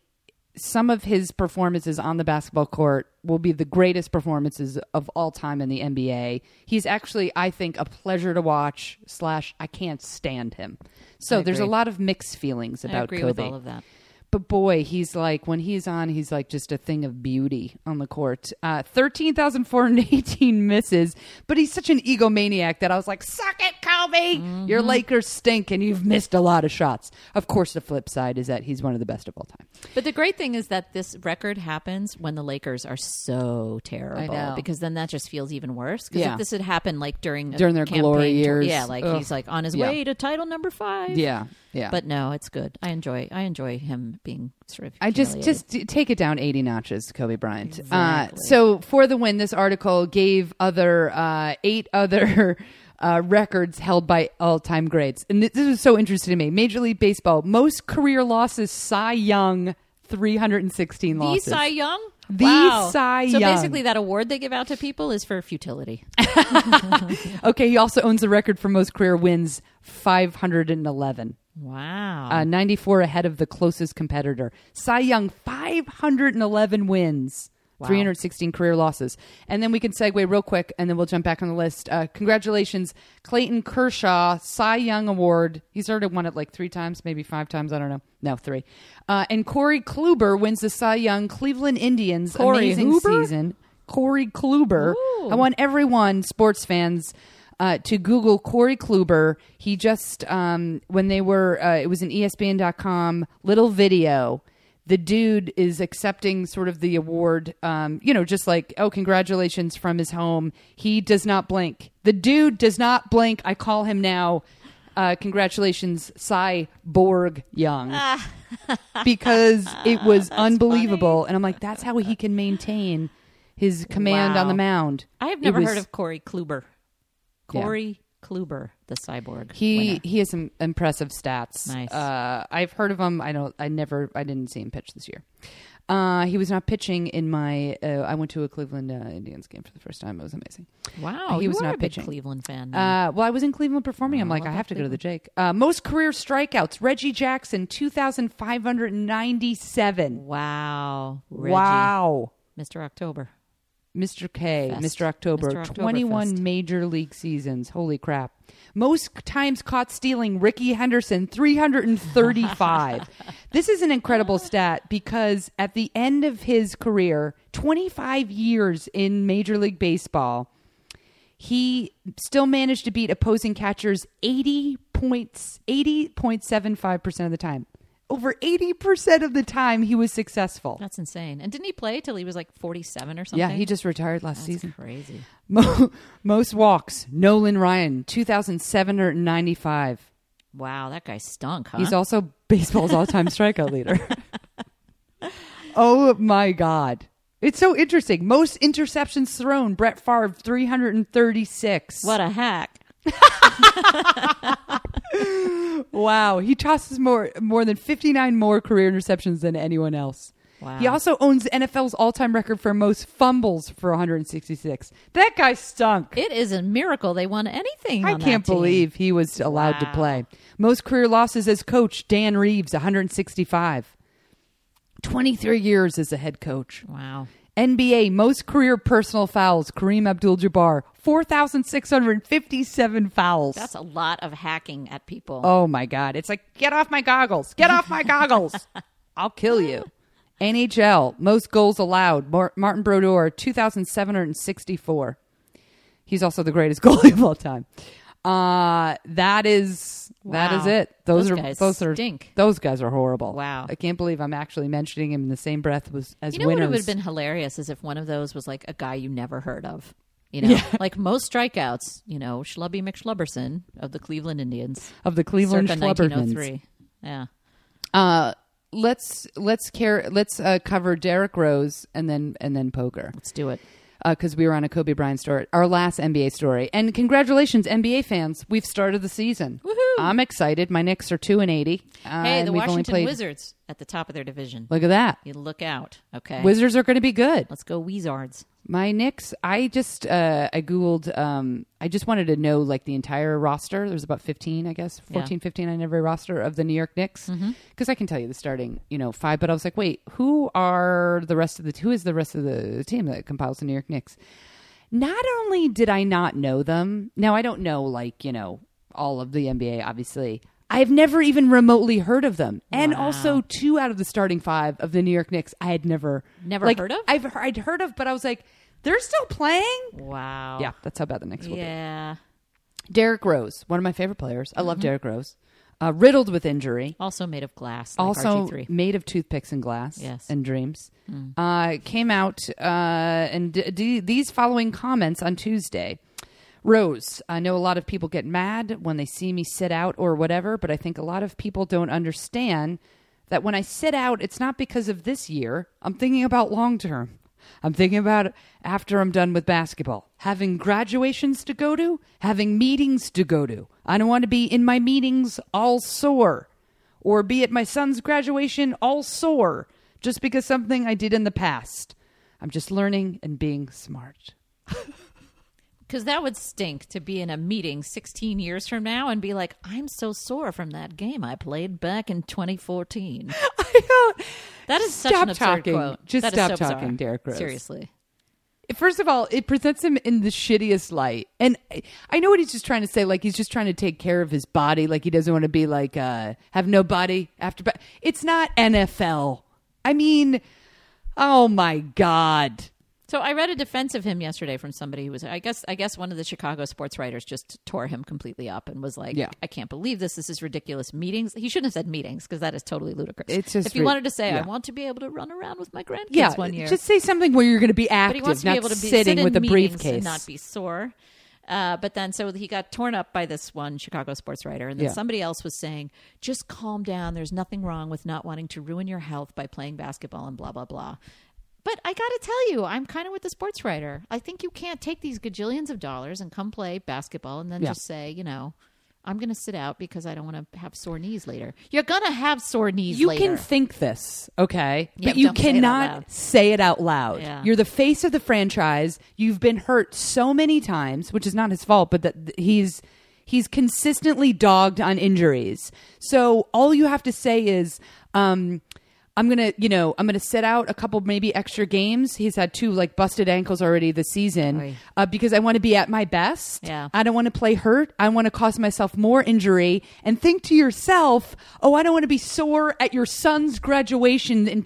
A: some of his performances on the basketball court will be the greatest performances of all time in the NBA. He's actually, I think, a pleasure to watch. Slash, I can't stand him. So there's a lot of mixed feelings about
B: I agree
A: Kobe
B: with all of that.
A: but boy, he's like when he's on, he's like just a thing of beauty on the court. Uh, Thirteen thousand four hundred eighteen [LAUGHS] misses, but he's such an egomaniac that I was like, "Suck it, Kobe! Your Lakers stink, and you've missed a lot of shots." Of course, the flip side is that he's one of the best of all time.
B: But the great thing is that this record happens when the Lakers are so terrible
A: I know.
B: because then that just feels even worse. Because
A: Yeah.
B: if this had happened like during a
A: During their
B: campaign
A: glory
B: tour-
A: years.
B: yeah, like
A: Ugh.
B: he's like on his
A: Yeah.
B: way to title number five.
A: Yeah, yeah.
B: But no, it's good. I enjoy. I enjoy him being sort of.
A: I just
B: humiliated.
A: just t- take it down eighty notches, Kobe Bryant. Uh,
B: Exactly.
A: so for the win, this article gave other uh, eight [LAUGHS] other uh, records held by all time greats, and this, this is so interesting to me. Major League Baseball most career losses: Cy Young, three hundred and sixteen
B: the
A: losses.
B: Cy Young.
A: The
B: wow.
A: Cy
B: So
A: Young.
B: basically, that award they give out to people is for futility.
A: okay, he also owns the record for most career wins, five hundred and eleven.
B: [LAUGHS] Wow.
A: Uh, 94 ahead of the closest competitor. Cy Young, 511 wins, 316 career losses. And then we can segue real quick and then we'll jump back on the list. Uh, congratulations, Clayton Kershaw, Cy Young Award. He's already won it like three times, maybe five times. I don't know. No, three. Uh, and Corey Kluber wins the Cy Young Cleveland Indians.
B: Corey
A: amazing
B: Hoober?
A: season. Corey Kluber. I want everyone, sports fans, uh, to Google Corey Kluber. He just, um, when they were, uh, it was an ESPN.com little video. The dude is accepting sort of the award, um, you know, just like, oh, congratulations from his home. He does not blink. The dude does not blink. I call him now. Uh, congratulations, Cy Borg Young because it
B: [LAUGHS]
A: was unbelievable. And I'm like, that's how he can maintain his command
B: Wow.
A: on the mound.
B: I have
A: It
B: never
A: was-
B: heard of Corey Kluber.
A: Yeah.
B: Corey Kluber, the cyborg.
A: He
B: winner.
A: he has some impressive stats.
B: Nice.
A: Uh, I've heard of him. I don't. I never. I didn't see him pitch this year. Uh, he was not pitching in my. Uh, I went to a Cleveland uh, Indians game for the first time. It was amazing.
B: Wow,
A: He
B: you
A: was
B: are
A: not
B: a big
A: pitching.
B: Cleveland fan.
A: Uh, well, I was in Cleveland performing. I'm like, I
B: love
A: have to go to the Jake. Uh, most career strikeouts: Reggie Jackson, two thousand five hundred ninety-seven.
B: wow, Reggie,
A: Wow.
B: Mr. October.
A: Mr. K,
B: Fest.
A: Mr. October,
B: Mr. Oktoberfest.
A: 21 major league seasons. Holy crap. Most times caught stealing Ricky Henderson,
B: [LAUGHS]
A: 335. this is an incredible stat because at the end of his career, 25 years in Major League Baseball, he still managed to beat opposing catchers 80 points 80.75% of the time over 80% of the time he was successful
B: That's insane. And didn't he play till he was like 47 or something?
A: yeah he just retired last
B: That's
A: season
B: crazy.
A: Mo- [LAUGHS] most walks nolan ryan
B: Uh-huh.
A: 2795
B: Wow, that guy stunk, huh?
A: he's also baseball's all-time strikeout leader [LAUGHS] oh my god it's so interesting most interceptions thrown brett Favre 336
B: what a hack.
A: Wow, he tosses more more than 59 more career interceptions than anyone else.
B: Wow.
A: He also owns NFL's all-time record for most fumbles for 166. That guy stunk.
B: It is a miracle they won anything.
A: I
B: on that
A: can't
B: team.
A: believe he was allowed to
B: Wow.
A: play. Most career losses as coach Dan Reeves 165. 23 years as a head coach.
B: Wow.
A: NBA most career personal fouls Kareem Abdul-Jabbar 4657 fouls.
B: That's a lot of hacking at people.
A: Oh my God. It's like, get off my goggles. Get off my
B: [LAUGHS]
A: goggles. I'll kill you. NHL, most goals allowed. Mar- Martin Brodeur, 2,764. He's also the greatest [LAUGHS] goalie of all time. Uh, that is that
B: Wow.
A: is it. Those,
B: Those
A: are
B: guys
A: those are
B: stink.
A: those guys are horrible.
B: Wow.
A: I can't believe I'm actually mentioning him in the same breath was as
B: you know
A: winners.
B: what would have been hilarious is if one of those was like a guy you never heard of. You know, [LAUGHS] like most strikeouts, you know, Schlubby McSchlubberson of the Cleveland Indians.
A: of the Cleveland
B: circa
A: Flubbermans.
B: 1903. Yeah.
A: Uh, let's let's care let's uh, cover Derek Rose and then and then poker.
B: Let's do it.
A: because uh, we were on a Kobe Bryant story, our last NBA story. And congratulations, NBA fans! We've started the season. I'm excited. My Knicks are two and eighty. Uh,
B: Hey,
A: and
B: the
A: we've only
B: Washington
A: played-
B: Wizards at the top of their division.
A: Look at that.
B: You look out. Okay.
A: Wizards are going to be good.
B: Let's go Wizards.
A: My Knicks. I just uh, I googled. Um, I just wanted to know like the entire roster. There's about 15, I guess, 14, 15 on every roster of the New York Knicks. Because
B: Mm-hmm.
A: I can tell you the starting, you know, five. But I was like, wait, who are the rest of the? Who is the rest of the team that compiles the New York Knicks? Not only did I not know them. Now I don't know like you know all of the NBA, obviously. I've never even remotely heard of them, and also two out of the starting five of the New York Knicks, I had never
B: Never
A: like,
B: heard of?
A: I've he- I'd heard of, but I was like, they're still playing.
B: Wow.
A: Yeah, that's how bad the Knicks will be.
B: Yeah.
A: Derrick Rose, one of my favorite players. I love Derrick Rose. Uh, riddled with injury,
B: Also made of glass. Like
A: also
B: RG3.
A: made of toothpicks and glass
B: Yes.
A: and dreams. Uh, came out uh, and d- d- these following comments on Tuesday. Rose, I know a lot of people get mad when they see me sit out or whatever, but I think a lot of people don't understand that when I sit out, it's not because of this year. I'm thinking about long term. I'm thinking about after I'm done with basketball, having graduations to go to, having meetings to go to. I don't want to be in my meetings all sore or be at my son's graduation all sore just because something I did in the past. I'm just learning and being smart.
B: Because that would stink to be in a meeting 16 years from now and be like, I'm so sore from that game I played back in
A: [LAUGHS]
B: 2014. That is such
A: Stop
B: an absurd
A: talking.
B: quote.
A: Just
B: That is
A: stop
B: so bizarre.
A: talking, Derek Rose.
B: Seriously.
A: First of all, it presents him in the shittiest light. And I- I know what he's just trying to say. Like, he's just trying to take care of his body. Like, he doesn't want to be like, uh, have no body after. But it's not NFL. I mean, oh my God.
B: So I read a defense of him yesterday from somebody who was I guess I guess one of the Chicago sports writers just tore him completely up and was like,
A: Yeah.
B: I can't believe this. This is ridiculous. Meetings. He shouldn't have said meetings because that is totally ludicrous.
A: It's just
B: if you
A: ri-
B: wanted to say,
A: yeah.
B: I want to be able to run around with my grandkids
A: Yeah.
B: one year.
A: Just say something where you're going to be active,
B: but he wants to
A: not
B: be able to be
A: sitting
B: sit in
A: with a
B: meetings
A: briefcase.
B: and not be sore. Uh, but then, so he got torn up by this one Chicago sports writer, and then
A: Yeah.
B: somebody else was saying, "Just calm down. There's nothing wrong with not wanting to ruin your health by playing basketball and blah blah blah." But I got to tell you, I'm kind of with the sports writer. I think you can't take these gajillions of dollars and come play basketball and then
A: Yeah.
B: just say, you know, I'm going to sit out because I don't want to have sore knees later. You're going to have sore knees
A: You
B: later.
A: can think this, okay?
B: Yeah,
A: but
B: but
A: you
B: don't say it out
A: cannot
B: loud.
A: say it out loud.
B: Yeah.
A: You're the face of the franchise. You've been hurt so many times, which is not his fault, but that th- he's he's consistently dogged on injuries. So all you have to say is um I'm gonna, you know, I'm gonna sit out a couple maybe extra games. He's had two like busted ankles already this season
B: Oy.
A: uh, because I want to be at my best.
B: Yeah.
A: I don't want to play hurt. I want to cause myself more injury. And think to yourself, oh, I don't want to be sore at your son's graduation in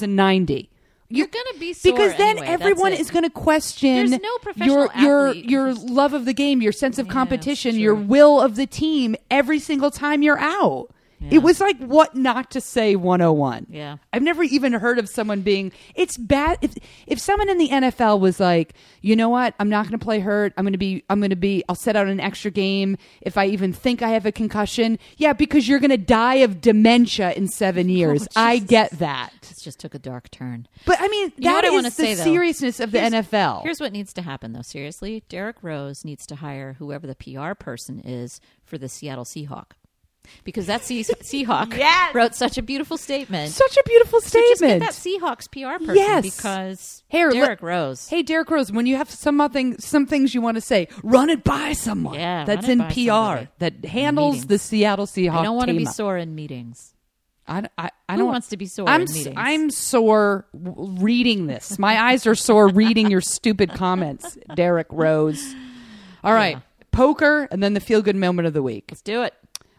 A: 2090.
B: You're gonna be sore
A: because then
B: anyway, that's
A: everyone
B: it.
A: is going to question
B: There's no professional
A: your your
B: athlete
A: your
B: who's-
A: love of the game, your sense of
B: Yeah,
A: competition,
B: sure.
A: your will of the team every single time you're out.
B: Yeah.
A: It was like what not to say 101.
B: Yeah.
A: I've never even heard of someone being it's bad if if someone in the NFL was like, "You know what? I'm not going to play hurt. I'm going to be I'm going to be I'll set out an extra game if I even think I have a concussion." Yeah, because you're going to die of dementia in 7 years. I
B: Oh, Jesus.
A: get that.
B: This just took a dark turn.
A: But I mean,
B: You know
A: that
B: what I
A: is
B: wanna
A: the
B: say, though?
A: seriousness of the
B: Here's-
A: NFL.
B: Here's what needs to happen, though. Seriously, Derek Rose needs to hire whoever the PR person is for the Seattle Seahawk, because that
A: [LAUGHS]
B: Se- Seahawk
A: Yes.
B: wrote such a beautiful statement.
A: Such a beautiful
B: so just
A: statement.
B: get that Seahawks PR person
A: Yes.
B: because
A: Here, let-
B: Derek Rose.
A: Hey, Derek Rose, when you have something, some things you want to say, run it by someone
B: Yeah,
A: that's
B: run it
A: in
B: by
A: PR
B: somebody.
A: that handles
B: Meetings.
A: the Seattle Seahawks.
B: I don't want to
A: team
B: be
A: up.
B: sore in meetings.
A: I, d- I- I
B: Who
A: don't
B: wants to be sore
A: I'm
B: in
A: s-
B: meetings?
A: I'm sore w- reading this. My
B: [LAUGHS]
A: eyes are sore reading your stupid comments, Derek Rose. All right, poker, and then the feel good moment of the week.
B: Let's do it.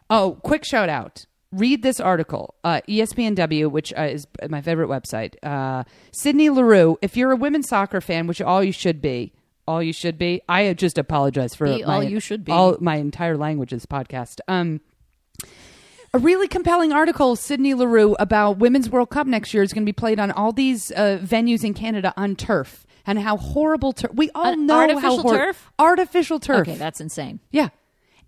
A: Oh, quick shout out. Read this article, uh, ESPNW, which uh, is my favorite website. Uh, Sydney LaRue, if you're a women's soccer fan, which all you should be, all you should be, I just apologize for
B: Be
A: my,
B: all you should be.
A: all my entire language is podcast. Um, a really compelling article, Sydney LaRue, about Women's World Cup next year is going to be played on all these uh, venues in Canada on turf and how horrible turf. We all
B: An
A: know
B: artificial
A: how hor-
B: turf?
A: Artificial turf.
B: Okay, that's insane.
A: yeah.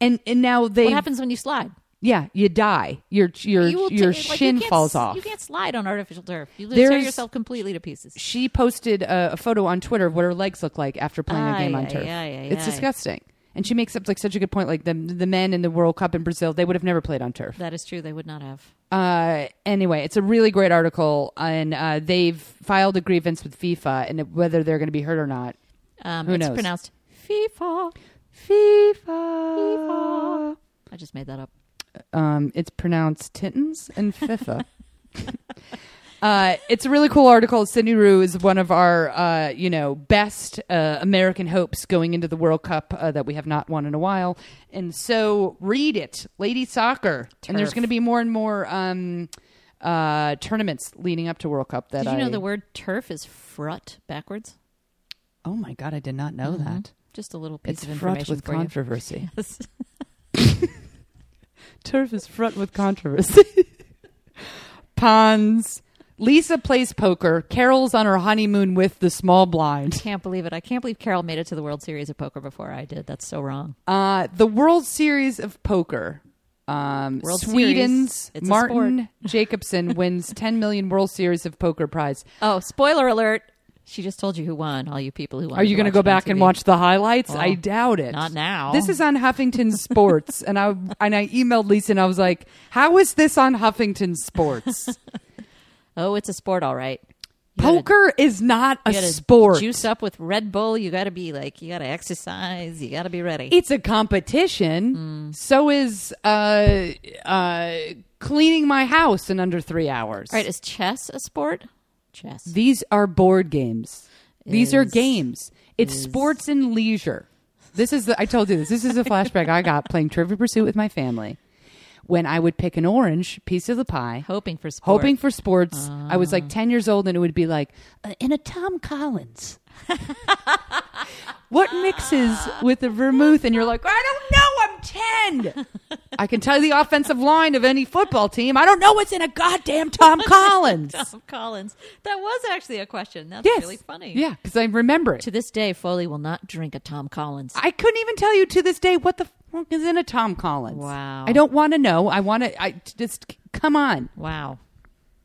A: And, and now they
B: What happens when you slide?
A: yeah, you die. Your your
B: You will
A: your
B: ta- like, you
A: shin
B: can't
A: falls
B: s-
A: off.
B: You can't slide on artificial turf. You tear
A: There's-
B: yourself completely to pieces.
A: She posted a, a photo on Twitter of what her legs look like after playing a
B: Ay,
A: game on
B: ay,
A: turf.
B: ay, ay,
A: it's
B: ay.
A: disgusting. And she makes up like such a good point. Like the the men in the World Cup in Brazil, they would have never played on turf.
B: That is true. They would not have.
A: Uh, anyway, it's a really great article, and uh, they've filed a grievance with FIFA, and whether they're going to be heard or not.
B: Um,
A: Who
B: it's
A: knows?
B: pronounced FIFA.
A: FIFA.
B: I just made that up.
A: Um, it's pronounced Tintins and FIFA. [LAUGHS] uh, it's a really cool article. Sydney Rue is one of our, uh, you know, best uh, American hopes going into the World Cup uh, that we have not won in a while. And so read it, Lady Soccer. And there's
B: Turf.
A: going to be more and more um, uh, tournaments leading up to World Cup that
B: Did you know
A: I-
B: the word turf is frut backwards?
A: Oh my God, I did not know that.
B: Just a little Mm-hmm. piece
A: It's
B: of
A: fraught
B: information
A: with
B: for
A: controversy.
B: you.
A: Turf is fraught with controversy. [LAUGHS] Pawns. Lisa plays poker. Carol's on her honeymoon with the small blind.
B: [LAUGHS] can't believe it. I can't believe Carol made it to the World Series of Poker before I did. That's so wrong.
A: Uh, the World Series of Poker. Um,
B: World
A: Sweden's
B: Series. It's a
A: Martin
B: [LAUGHS]
A: Jacobson wins 10 million World Series of Poker prize.
B: Oh, spoiler alert! She just told you who won. All you people who won.
A: Are you going to go back and watch the highlights? I doubt it.
B: Not now.
A: This is on Huffington
B: [LAUGHS]
A: Sports, and I and I emailed Lisa and I was like, "How is this on Huffington
B: [LAUGHS]
A: Sports?
B: Oh, it's a sport, all right. You gotta-
A: Poker is not a
B: you gotta
A: sport.
B: Juice up with Red Bull. You got to be like, you got to exercise. You got to be ready.
A: it's a
B: Mm.
A: competition. So is uh, uh, cleaning my house in under three hours.
B: all right, is chess a sport? Chess.
A: These are board games. These are
B: Is-
A: games. It's sports and leisure. This is the, I told you this. This is a flashback I got playing Trivia Pursuit with my family when I would pick an orange piece of the pie.
B: hoping for sport.
A: Hoping for sports. I was
B: Ah.
A: like 10 years old and it would be like, uh, in a Tom Collins. what mixes with the vermouth? And you're like, I don't know. I'm 10. I can tell you the offensive line of any football team. I don't know what's in a goddamn Tom
B: [LAUGHS]
A: Collins.
B: [LAUGHS] Tom Collins. That was actually a question. That's
A: Yes.
B: really funny.
A: Yeah, because I remember it.
B: To this day, Foley will not drink a Tom Collins.
A: I couldn't even tell you to this day what the fuck is in a Tom Collins.
B: Wow.
A: I don't want to know. I want to. I just come on.
B: wow.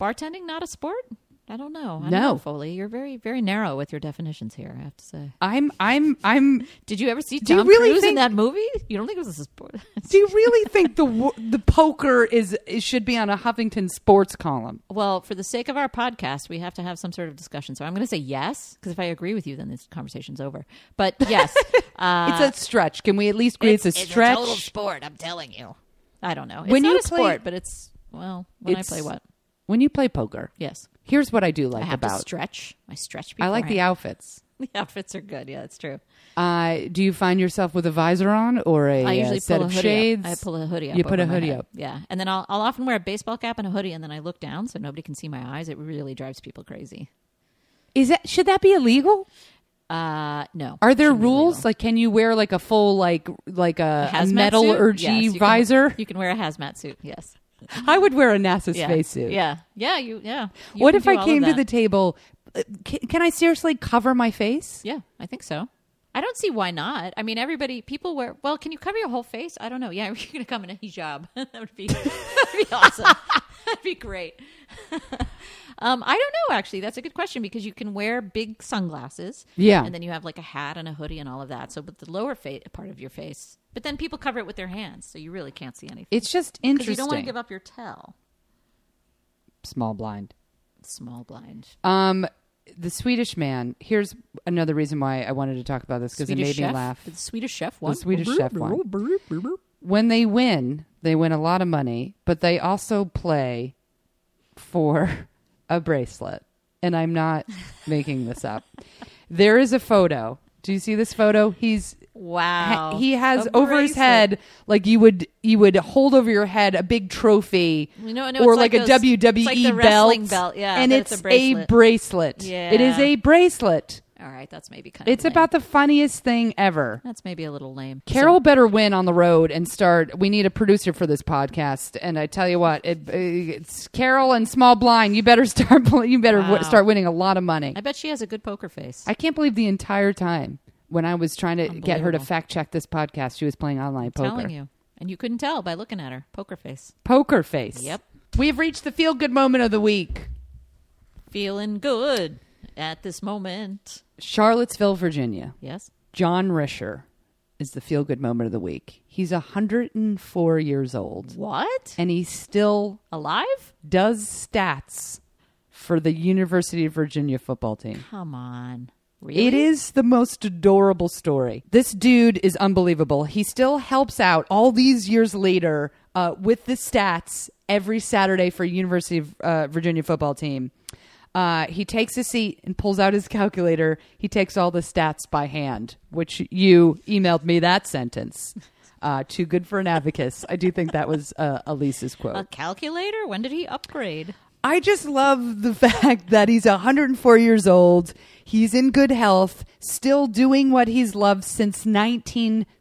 B: Bartending not a sport? I don't know. I
A: No.
B: don't know, Foley. You're very, very narrow with your definitions here, I have to say.
A: I'm. I'm. I'm.
B: Did you ever see
A: Do you
B: Tom
A: really
B: Cruise in
A: think-
B: that movie? You don't think it was a sport? [LAUGHS]
A: Do you really think the wo- the poker is it should be on a Huffington Sports column?
B: well, for the sake of our podcast, we have to have some sort of discussion. So I'm going to say yes, because if I agree with you, then this conversation's over.
A: [LAUGHS]
B: But yes, uh,
A: it's a stretch. Can we at least agree it's, a stretch?
B: total sport. I'm telling you. I don't know. It's
A: When
B: not
A: you
B: a
A: play-
B: sport, but it's well. When I
A: It's-
B: play what?
A: When you play poker,
B: Yes.
A: here's what I do
B: I
A: like
B: have to
A: about.
B: stretch. I stretch.
A: I like the
B: beforehand.
A: outfits.
B: [LAUGHS] The outfits are good. Yeah, that's true.
A: Uh, do you find yourself with a visor on or a uh,
B: I usually
A: set
B: pull a
A: of
B: hoodie
A: shades?
B: up. I pull a hoodie up.
A: You put
B: over
A: a
B: my
A: hoodie
B: head.
A: up.
B: Yeah. And then I'll, I'll often wear a baseball cap and a hoodie, and then I look down so nobody can see my eyes. It really drives people crazy.
A: Is that should that be illegal?
B: Uh, no.
A: Are there
B: Shouldn't be
A: rules?
B: illegal.
A: Like, can you wear like a full like like a, a
B: Hazmat
A: metal
B: suit?
A: urgy
B: Yes, you can- [LAUGHS]
A: visor?
B: you can wear a hazmat suit. Yes.
A: I would wear a NASA
B: Yeah.
A: spacesuit.
B: Yeah. Yeah. You. Yeah. You
A: what
B: can
A: if
B: do all
A: I
B: of
A: came to
B: that.
A: the table? uh, Can, can I seriously cover my face?
B: Yeah, I think so. I don't see why not. I mean, everybody, people wear. Well, can you cover your whole face? I don't know. Yeah, [LAUGHS] you're going to come in a hijab. [LAUGHS] that would be, that'd be awesome. [LAUGHS] That'd be great. [LAUGHS] um, I don't know. Actually, that's a good question because you can wear big sunglasses.
A: Yeah.
B: and then you have like a hat and a hoodie and all of that. So, but the lower fa- part of your face. But then people cover it with their hands, so you really can't see anything.
A: It's just
B: Because
A: interesting.
B: you don't want to give up your tell.
A: Small blind.
B: Small blind.
A: Um, the Swedish man. Here's another reason why I wanted to talk about this because it
B: Swedish
A: made
B: chef?
A: me laugh.
B: The Swedish chef one.
A: The Swedish chef one. When they win, they win a lot of money, but they also play for a bracelet. And I'm not making this
B: [LAUGHS]
A: up. There is a photo. Do you see this photo? He's
B: Wow.
A: he has
B: A
A: over his
B: bracelet.
A: head like you would you would hold over your head a big trophy
B: You know- no,
A: or
B: it's like
A: like, a
B: those-
A: WWE
B: it's like the
A: belt,
B: wrestling belt, yeah,
A: and
B: but
A: it's,
B: it's a
A: a
B: bracelet.
A: bracelet. It is
B: Yeah.
A: a bracelet.
B: All right, that's maybe kind of.
A: It's
B: lame.
A: about the funniest thing ever.
B: That's maybe a little lame.
A: Carol better win on the road and start. We need a producer for this podcast, and I tell you what, it, it's Carol and Small Blind. You better [LAUGHS] start. You better w-
B: Wow.
A: start winning a lot of money.
B: I bet she has a good poker face.
A: I can't believe the entire time when I was trying to get her to fact check this podcast, she was playing online
B: I'm
A: poker.
B: telling you, and you couldn't tell by looking at her poker face.
A: Poker face.
B: Yep.
A: We have reached the feel good moment of the week.
B: Feeling good at this moment.
A: Charlottesville, Virginia.
B: Yes.
A: John Risher is the feel good moment of the week. He's 104 years old,
B: What?
A: and he still
B: Alive?
A: does stats for the University of Virginia football team.
B: Come on. Really?
A: It is the most adorable story. This dude is unbelievable. He still helps out all these years later uh, with the stats every Saturday for University of uh, Virginia football team. Uh, he takes a seat and pulls out his [LAUGHS] calculator. He takes all the stats by hand, which you emailed me that sentence. Uh, too good for an abacus. I do think that was uh, Elise's quote.
B: a calculator. When did he upgrade?
A: I just love the [LAUGHS] fact that he's 104 years old. He's in good health, still doing what he's loved since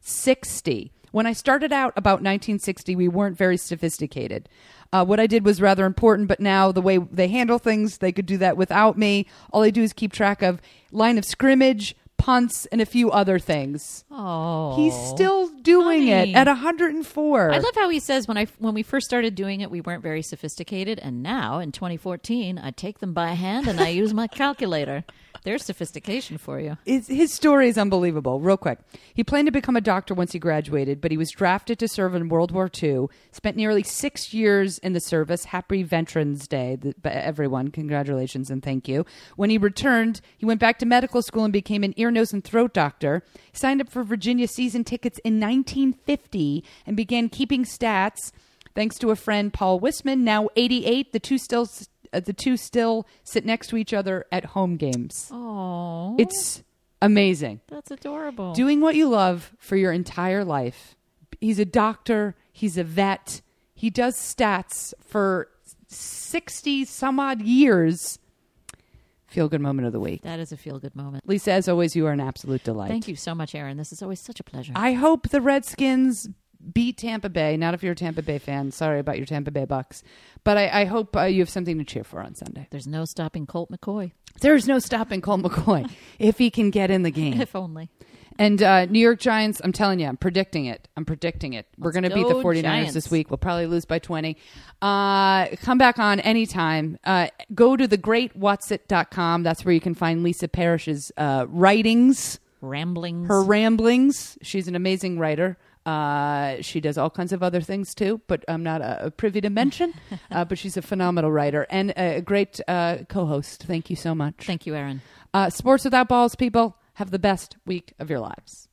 A: 1960. When I started out about 1960, we weren't very sophisticated. Uh, what I did was rather important, but now the way they handle things, they could do that without me. All I do is keep track of line of scrimmage, punts, and a few other things.
B: Oh,
A: He's still doing
B: honey.
A: it at 104.
B: I love how he says when I when we first started doing it, we weren't very sophisticated, and now in 2014, I take them by hand and I use my [LAUGHS] calculator. There's sophistication for you.
A: his, his story is unbelievable. Real quick, he planned to become a doctor once he graduated, but he was drafted to serve in World War II. Spent nearly six years in the service. Happy Veterans Day, th- b- everyone! Congratulations and thank you. When he returned, he went back to medical school and became an ear, nose, and throat doctor. Signed up for Virginia season tickets in 1950 and began keeping stats. Thanks to a friend, Paul Wisman, now 88, the two still. s- uh, The two still sit next to each other at home games.
B: Oh,
A: It's amazing.
B: that's adorable.
A: Doing what you love for your entire life. He's a doctor, he's a vet, he does stats for 60 some odd years. Feel good moment of the week.
B: that is a feel good moment.
A: Lisa, as always, you are an absolute delight.
B: Thank you so much, Aaron. This is always such a pleasure.
A: I hope the Redskins beat Tampa Bay. Not if you're a Tampa Bay fan. Sorry about your Tampa Bay Bucks. But I, I hope uh, you have something to cheer for on Sunday.
B: There's no stopping Colt McCoy,
A: There's no stopping Cole [LAUGHS] McCoy if he can get in the game.
B: if only.
A: And uh, New York Giants, I'm telling you, I'm predicting it. I'm predicting it. We're going to beat the
B: go,
A: 49ers
B: Giants.
A: this week. We'll probably lose by 20. Uh, come back on anytime. Uh, go to thegreatwhatsit.com. That's where you can find Lisa Parrish's uh, writings,
B: Ramblings.
A: her ramblings. She's an amazing writer. Uh, she does all kinds of other things too, but I'm not uh, privy to
B: [LAUGHS]
A: mention. uh, but she's a phenomenal writer and a great uh, co host. Thank you so much.
B: Thank you, Aaron.
A: Uh, Sports Without Balls, people, have the best week of your lives.